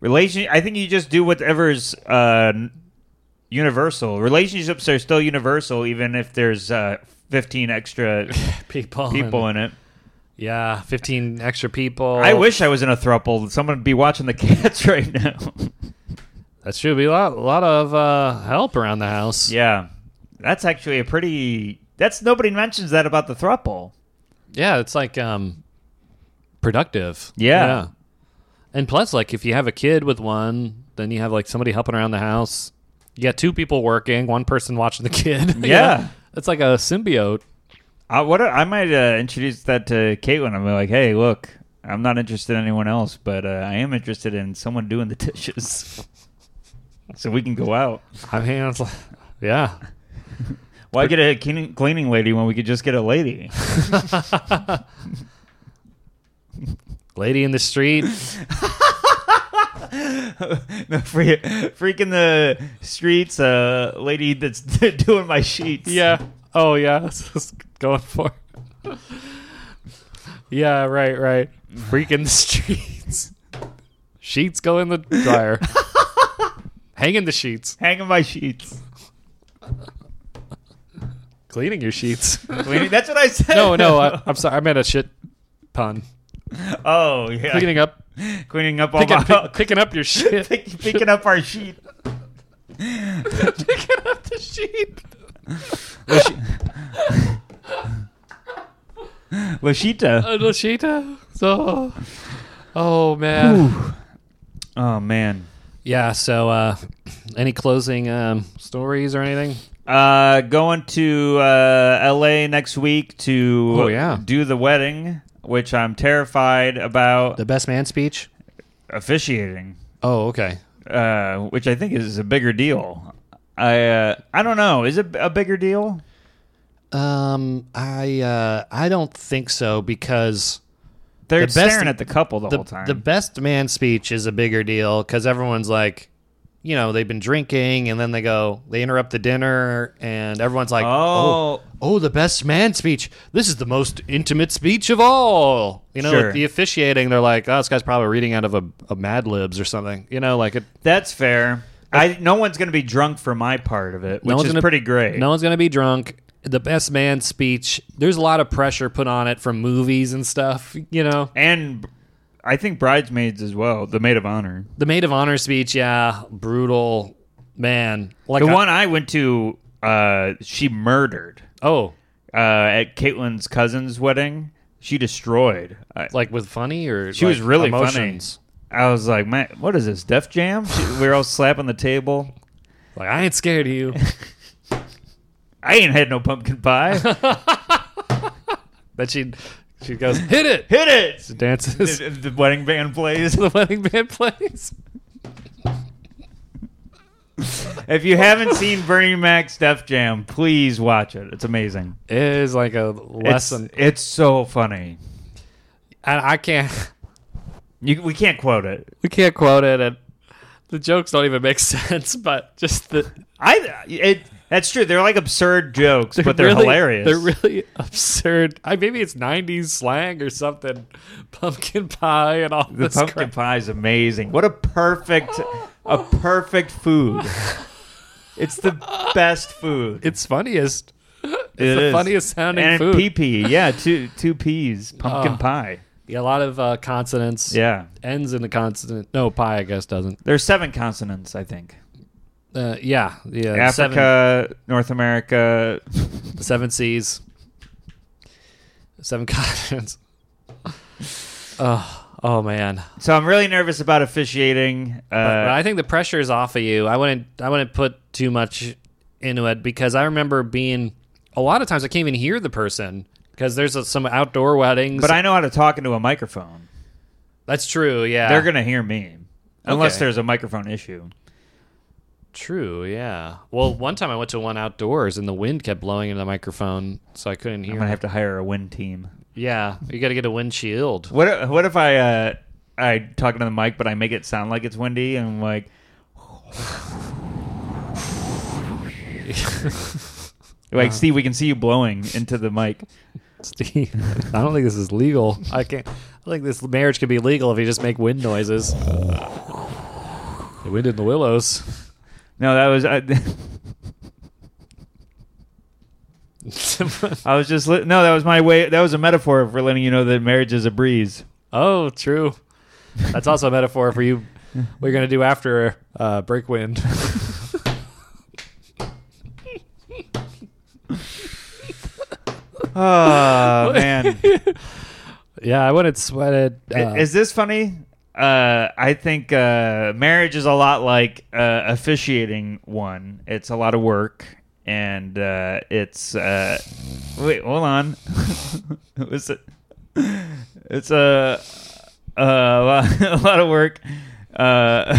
[SPEAKER 2] Relation. I think you just do whatever's uh, n- universal. Relationships are still universal, even if there's uh, fifteen extra
[SPEAKER 1] people.
[SPEAKER 2] people
[SPEAKER 1] and-
[SPEAKER 2] in it.
[SPEAKER 1] yeah, fifteen extra people.
[SPEAKER 2] I wish I was in a thruple. Someone would be watching the cats right now.
[SPEAKER 1] that should be a lot, lot of uh, help around the house.
[SPEAKER 2] yeah, that's actually a pretty. That's nobody mentions that about the thruple.
[SPEAKER 1] Yeah, it's like um productive.
[SPEAKER 2] Yeah.
[SPEAKER 1] And plus like if you have a kid with one, then you have like somebody helping around the house. You got two people working, one person watching the kid. you know?
[SPEAKER 2] Yeah.
[SPEAKER 1] It's like a symbiote.
[SPEAKER 2] I, what I might uh, introduce that to Caitlin. I'm like, hey, look, I'm not interested in anyone else, but uh, I am interested in someone doing the dishes, so we can go out.
[SPEAKER 1] I mean, it's like, yeah.
[SPEAKER 2] Why get a cleaning, cleaning lady when we could just get a lady?
[SPEAKER 1] Lady in the street.
[SPEAKER 2] no, free, freak in the streets, a uh, lady that's doing my sheets.
[SPEAKER 1] yeah. Oh yeah. That's what I was going for. yeah, right, right. Freaking the streets. Sheets go in the dryer. Hanging the sheets.
[SPEAKER 2] hanging my sheets.
[SPEAKER 1] Cleaning your sheets.
[SPEAKER 2] Cleaning, that's what I said.
[SPEAKER 1] No, no, I, I'm sorry. I meant a shit pun.
[SPEAKER 2] oh, yeah.
[SPEAKER 1] Picking
[SPEAKER 2] Cleaning,
[SPEAKER 1] up,
[SPEAKER 2] up all
[SPEAKER 1] pick
[SPEAKER 2] my
[SPEAKER 1] up pick, picking up your shit.
[SPEAKER 2] pick, picking up our sheet.
[SPEAKER 1] picking up the sheep.
[SPEAKER 2] Lashita.
[SPEAKER 1] Uh, Lashita. So, oh man.
[SPEAKER 2] Oh man.
[SPEAKER 1] Yeah. So, uh, any closing um, stories or anything?
[SPEAKER 2] Uh, going to uh, L.A. next week to
[SPEAKER 1] Oh, yeah.
[SPEAKER 2] do the wedding, which I'm terrified about
[SPEAKER 1] The best man speech.
[SPEAKER 2] officiating,
[SPEAKER 1] Oh, okay.
[SPEAKER 2] uh, which I think is a bigger deal. I uh, I don't know. Is it a bigger deal?
[SPEAKER 1] Um, I uh, I don't think so because
[SPEAKER 2] They're
[SPEAKER 1] The best-
[SPEAKER 2] staring at the couple the,
[SPEAKER 1] the,
[SPEAKER 2] whole time.
[SPEAKER 1] the best man speech is a bigger deal because everyone's like, you know, they've been drinking and then they go, they interrupt the dinner and everyone's like,
[SPEAKER 2] Oh.
[SPEAKER 1] oh, oh, the best man speech. This is the most intimate speech of all. You know,
[SPEAKER 2] Sure.
[SPEAKER 1] like the officiating, they're like, oh, this guy's probably reading out of a, a Mad Libs or something. You know, like it.
[SPEAKER 2] That's fair. I no one's going to be drunk for my part of it, which
[SPEAKER 1] Uh, one's
[SPEAKER 2] is
[SPEAKER 1] gonna-
[SPEAKER 2] pretty great.
[SPEAKER 1] No one's going to be drunk. The best man speech. There's a lot of pressure put on it from movies and stuff. You know,
[SPEAKER 2] and I think bridesmaids as well. The maid of honor.
[SPEAKER 1] the maid of honor speech. Yeah, brutal. Man, like
[SPEAKER 2] the
[SPEAKER 1] I-
[SPEAKER 2] one I went to, uh, she murdered.
[SPEAKER 1] Oh,
[SPEAKER 2] uh, at Caitlin's cousin's wedding, she destroyed. I,
[SPEAKER 1] like with funny or
[SPEAKER 2] She
[SPEAKER 1] like,
[SPEAKER 2] was really funny.
[SPEAKER 1] emotions?
[SPEAKER 2] I was like, man, what is this Def Jam? She- we were all slapping the table.
[SPEAKER 1] Like I ain't scared of you.
[SPEAKER 2] I ain't had no pumpkin pie.
[SPEAKER 1] but she she goes hit it,
[SPEAKER 2] Hit it!
[SPEAKER 1] dances.
[SPEAKER 2] The, the wedding band plays.
[SPEAKER 1] the wedding band plays.
[SPEAKER 2] If you haven't seen Bernie Mac's Def Jam, please watch it. It's amazing.
[SPEAKER 1] It is like a
[SPEAKER 2] It's,
[SPEAKER 1] lesson,
[SPEAKER 2] it's so funny.
[SPEAKER 1] and I can't.
[SPEAKER 2] You, we can't quote it.
[SPEAKER 1] We can't quote it, and the jokes don't even make sense. But just the
[SPEAKER 2] I it that's true. They're like absurd jokes, but they're
[SPEAKER 1] really-
[SPEAKER 2] hilarious.
[SPEAKER 1] They're really absurd. I maybe it's '90s slang or something. Pumpkin pie and all
[SPEAKER 2] The
[SPEAKER 1] this
[SPEAKER 2] pumpkin
[SPEAKER 1] crap.
[SPEAKER 2] pie is amazing. What a perfect, a perfect food. It's the best food.
[SPEAKER 1] It's funniest.
[SPEAKER 2] It's it
[SPEAKER 1] the
[SPEAKER 2] is.
[SPEAKER 1] funniest sounding
[SPEAKER 2] and
[SPEAKER 1] food. Ah.
[SPEAKER 2] pee pee. Yeah, two two peas. Pumpkin pie.
[SPEAKER 1] Yeah, a lot of uh, consonants.
[SPEAKER 2] Yeah,
[SPEAKER 1] ends in a consonant. No, pie I guess doesn't.
[SPEAKER 2] there's seven consonants. I think
[SPEAKER 1] Uh, yeah, yeah. Seven,
[SPEAKER 2] Africa, North America.
[SPEAKER 1] seven seas, seven continents. oh, oh man!
[SPEAKER 2] So I'm really nervous about officiating.
[SPEAKER 1] but
[SPEAKER 2] Uh,
[SPEAKER 1] I think the pressure is off of you. I wouldn't. I wouldn't put too much into it because I remember being a lot of times I can't even hear the person because there's a, some outdoor weddings.
[SPEAKER 2] but I know how to talk into a microphone.
[SPEAKER 1] that's true. Yeah,
[SPEAKER 2] They're gonna hear me, unless
[SPEAKER 1] Ah. Okay.
[SPEAKER 2] there's a microphone issue.
[SPEAKER 1] true. Yeah. Well, one time I went to one outdoors and the wind kept blowing into the microphone, so I couldn't
[SPEAKER 2] I'm
[SPEAKER 1] hear.
[SPEAKER 2] gonna have to hire a wind team.
[SPEAKER 1] yeah, you got to get a windshield.
[SPEAKER 2] What if, what if I uh, I talk into the mic, but I make it sound like it's windy and I'm like like Steve, we can see you blowing into the mic.
[SPEAKER 1] Steve, I don't think this is legal. I can't. I think this marriage could be legal if you just make wind noises. They went in the willows.
[SPEAKER 2] No, that was I, I was just li- no, that was my way. That was a metaphor for letting you know that marriage is a breeze.
[SPEAKER 1] oh, true. That's also a metaphor for you. What you're gonna do after uh, break wind?
[SPEAKER 2] Oh man,
[SPEAKER 1] yeah, I wouldn't sweat it. Uh,
[SPEAKER 2] is this funny? Uh, I think uh, marriage is a lot like uh, officiating one. It's a lot of work, and uh, it's uh, wait, hold on. it's a, it's a, uh, a, lot, a lot of work. Uh,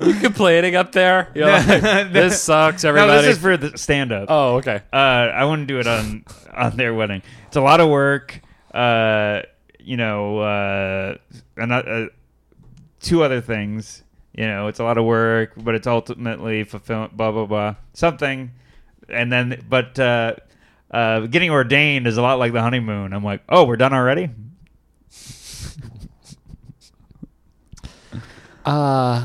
[SPEAKER 1] you complaining up there? You're like, this sucks, everybody.
[SPEAKER 2] No, this is for the stand up.
[SPEAKER 1] oh, okay.
[SPEAKER 2] uh, I wouldn't do it on on their wedding. It's a lot of work. Uh, you know, uh, and, uh, two other things. You know, it's a lot of work, but it's ultimately fulfillment. Blah blah blah. Something, and then but uh, uh, getting ordained is a lot like the honeymoon. I'm like, oh, we're done already.
[SPEAKER 1] Uh,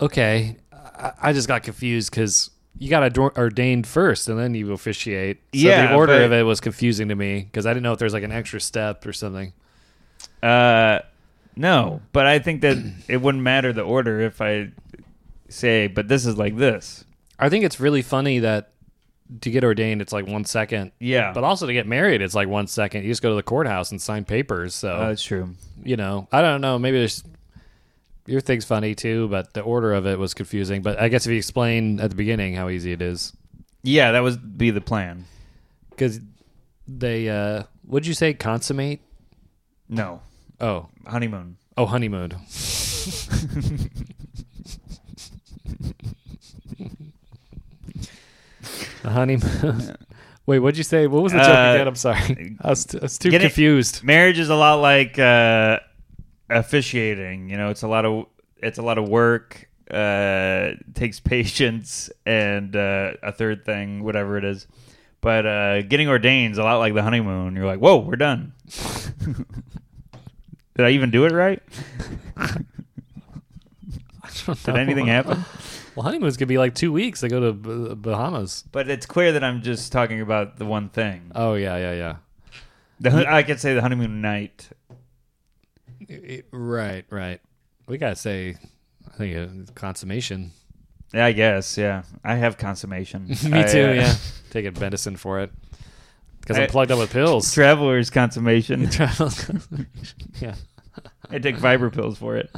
[SPEAKER 1] okay. I, I just got confused because you got ador- ordained first and then you officiate. So
[SPEAKER 2] Yeah,
[SPEAKER 1] the order
[SPEAKER 2] but-
[SPEAKER 1] of it was confusing to me because I didn't know if there's like an extra step or something.
[SPEAKER 2] Uh, no, but I think that it wouldn't matter the order if I say, but this is like this.
[SPEAKER 1] I think it's really funny that to get ordained, it's like one second.
[SPEAKER 2] Yeah,
[SPEAKER 1] But also to get married, it's like one second. You just go to the courthouse and sign papers. So,
[SPEAKER 2] uh, that's true.
[SPEAKER 1] you know, I don't know. Maybe there's. Your thing's funny too, but the order of it was confusing. But I guess if you explain at the beginning how easy it is,
[SPEAKER 2] Yeah, that would be the plan.
[SPEAKER 1] because they, uh, would you say consummate?
[SPEAKER 2] No,
[SPEAKER 1] Oh,
[SPEAKER 2] honeymoon.
[SPEAKER 1] Oh, honeymoon. the honeymoon. Wait, what'd you say? What was the joke
[SPEAKER 2] Uh,
[SPEAKER 1] again? I'm sorry. I was, t- I was too
[SPEAKER 2] get it-
[SPEAKER 1] confused.
[SPEAKER 2] Marriage is a lot like uh, officiating. You know, it's a lot of it's a lot of work. Uh, takes patience and uh, a third thing, whatever it is. But uh, getting ordained is a lot like the honeymoon. You're like, whoa, we're done. Did I even do it right? Did anything happen?
[SPEAKER 1] Well, honeymoons could be like two weeks. They go to B- Bahamas.
[SPEAKER 2] But it's clear that I'm just talking about the one thing.
[SPEAKER 1] Oh, yeah, yeah, yeah.
[SPEAKER 2] The, hun- I could say the honeymoon night.
[SPEAKER 1] right, right. We got to say, I think, uh, consummation.
[SPEAKER 2] Yeah, I guess. Yeah, I have consummation.
[SPEAKER 1] Me
[SPEAKER 2] I,
[SPEAKER 1] too,
[SPEAKER 2] uh,
[SPEAKER 1] yeah. Taking medicine for it. Because
[SPEAKER 2] I-
[SPEAKER 1] I'm plugged up with pills.
[SPEAKER 2] Traveler's consummation.
[SPEAKER 1] yeah.
[SPEAKER 2] I take fiber pills for it.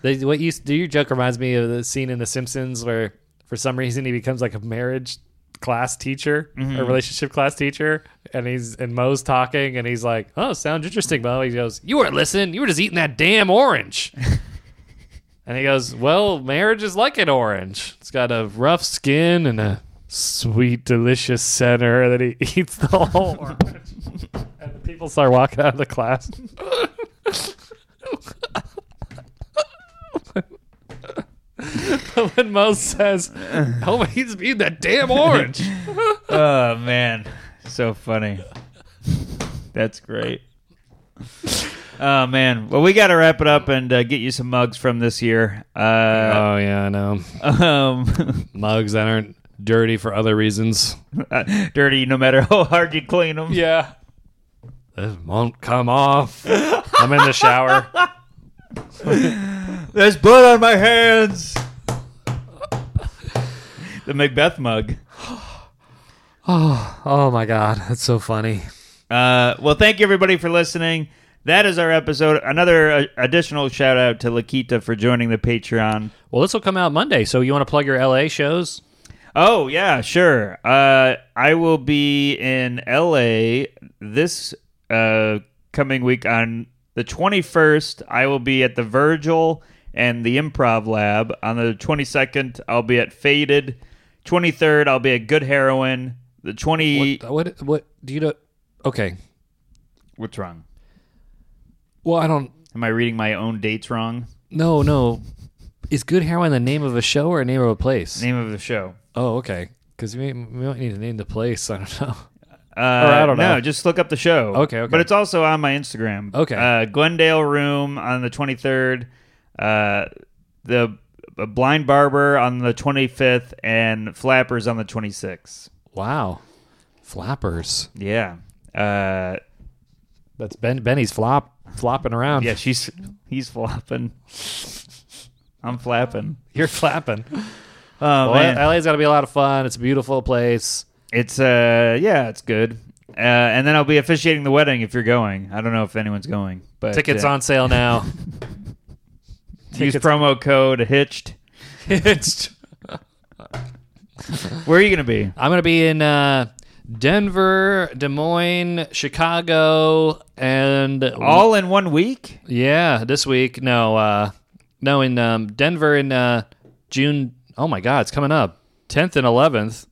[SPEAKER 1] They, what you do your joke reminds me of the scene in The Simpsons where for some reason he becomes like a marriage class teacher
[SPEAKER 2] Mm-hmm.
[SPEAKER 1] or relationship class teacher and he's and Mo's talking and he's like, Oh, sounds interesting, Mo. He goes, You weren't listening, you were just eating that damn orange. and he goes, Well, marriage is like an orange. It's got a rough skin and a sweet, delicious center and then he eats the whole orange. and the people start walking out of the class. But when Mo says, "Oh, he's eating that damn orange,"
[SPEAKER 2] Oh man, so funny. That's great. Oh man. Well, we got to wrap it up and uh, get you some mugs from this year. Uh,
[SPEAKER 1] oh yeah, I know
[SPEAKER 2] um,
[SPEAKER 1] mugs that aren't dirty for other reasons.
[SPEAKER 2] dirty, no matter how hard you clean them.
[SPEAKER 1] Yeah, this won't come off. I'm in the shower.
[SPEAKER 2] There's blood on my hands. the Macbeth mug.
[SPEAKER 1] Oh my god, that's so funny.
[SPEAKER 2] Uh, well, thank you everybody for listening. That is our episode. Another uh, additional shout out to Lakita for joining the Patreon.
[SPEAKER 1] Well, this will come out Monday, so you want to plug your LA shows?
[SPEAKER 2] Oh yeah, sure. Uh, I will be in LA this uh, coming week on the 21st. I will be at the Virgil and the Improv Lab. On the 22nd, I'll be at Faded. 23rd, I'll be at Good Heroin. The 20.
[SPEAKER 1] What? What? what do you know? Okay.
[SPEAKER 2] What's wrong?
[SPEAKER 1] Well, I don't.
[SPEAKER 2] Am I reading my own dates wrong?
[SPEAKER 1] No, no. Is Good Heroin the name of a show or a name of a place?
[SPEAKER 2] Name of the show.
[SPEAKER 1] Oh, okay. Because we, we might need to name the place. I don't know.
[SPEAKER 2] Uh,
[SPEAKER 1] I don't know.
[SPEAKER 2] No, just look up the show.
[SPEAKER 1] Okay, okay.
[SPEAKER 2] But it's also on my Instagram.
[SPEAKER 1] Okay.
[SPEAKER 2] Uh, Glendale Room on the 23rd, uh, the uh, Blind Barber on the 25th, and Flappers on the 26th.
[SPEAKER 1] Wow. Flappers.
[SPEAKER 2] Yeah. Uh,
[SPEAKER 1] That's Ben Benny's flop flopping around.
[SPEAKER 2] yeah, she's he's flopping. I'm flapping.
[SPEAKER 1] You're flapping.
[SPEAKER 2] Oh,
[SPEAKER 1] Well, LA's got to be a lot of fun. It's a beautiful place.
[SPEAKER 2] It's uh yeah, it's good. Uh, and then I'll be officiating the wedding if you're going. I don't know if anyone's going, but
[SPEAKER 1] Tickets
[SPEAKER 2] uh,
[SPEAKER 1] on sale now.
[SPEAKER 2] Use promo code Hitched.
[SPEAKER 1] It's-
[SPEAKER 2] Where are you gonna be?
[SPEAKER 1] I'm going to be in uh, Denver, Des Moines, Chicago, and
[SPEAKER 2] All in one week?
[SPEAKER 1] yeah, this week. No, uh, no, in um, Denver in uh, June. Oh my God, it's coming up. 10th and 11th.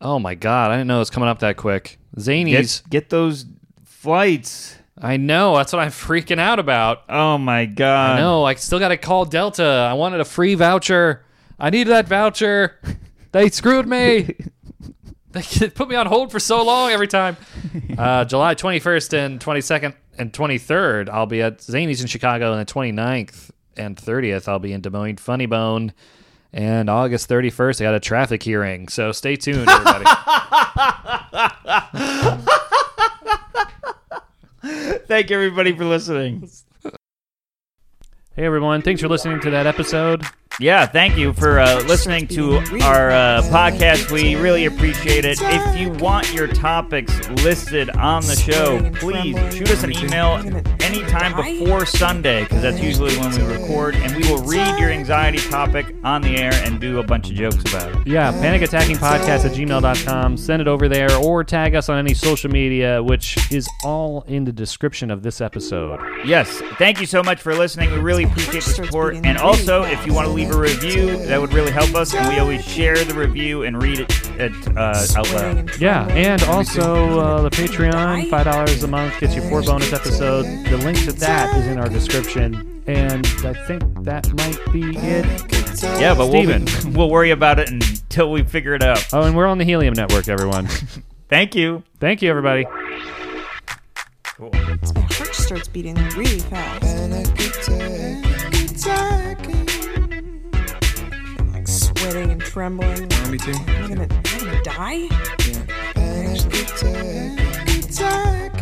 [SPEAKER 1] Oh my God, I didn't know it was coming up that quick. Zanies.
[SPEAKER 2] Get, get those flights.
[SPEAKER 1] I know. That's what I'm freaking out about.
[SPEAKER 2] Oh my god.
[SPEAKER 1] No, I still got to call Delta. I wanted a free voucher. I needed that voucher. They screwed me. they put me on hold for so long every time. Uh, July 21st and 22nd and 23rd, I'll be at Zany's in Chicago, and the 29th and 30th, I'll be in Des Moines Funny Bone. And August 31st, I got a traffic hearing. So stay tuned, everybody.
[SPEAKER 2] Thank everybody for listening.
[SPEAKER 1] hey, everyone. Thanks for listening to that episode.
[SPEAKER 2] Yeah, thank you for uh, listening to our uh, podcast. We really appreciate it. If you want your topics listed on the show, please shoot us an email anytime before Sunday, because that's usually when we record, and we will read your anxiety topic on the air and do a bunch of jokes about it.
[SPEAKER 1] Yeah, panicattackingpodcast at gmail.com. Send it over there or tag us on any social media, which is all in the description of this episode.
[SPEAKER 2] Yes, thank you so much for listening. We really appreciate the support. And also, if you want to leave a review, that would really help us, and we always share the review and read it, it uh, out loud.
[SPEAKER 1] Yeah, and also uh, the Patreon, $5 a month gets you four bonus episodes. The link to that is in our description. And I think that might be it.
[SPEAKER 2] Yeah, but
[SPEAKER 1] Steven.
[SPEAKER 2] we'll we'll worry about it until we figure it out.
[SPEAKER 1] Oh, and we're on the Helium Network, everyone.
[SPEAKER 2] Thank you.
[SPEAKER 1] Thank you, everybody.
[SPEAKER 3] My heart starts beating really fast. I'm like sweating and trembling.
[SPEAKER 5] Me too.
[SPEAKER 3] I'm gonna, I'm gonna die.
[SPEAKER 4] Panic attack.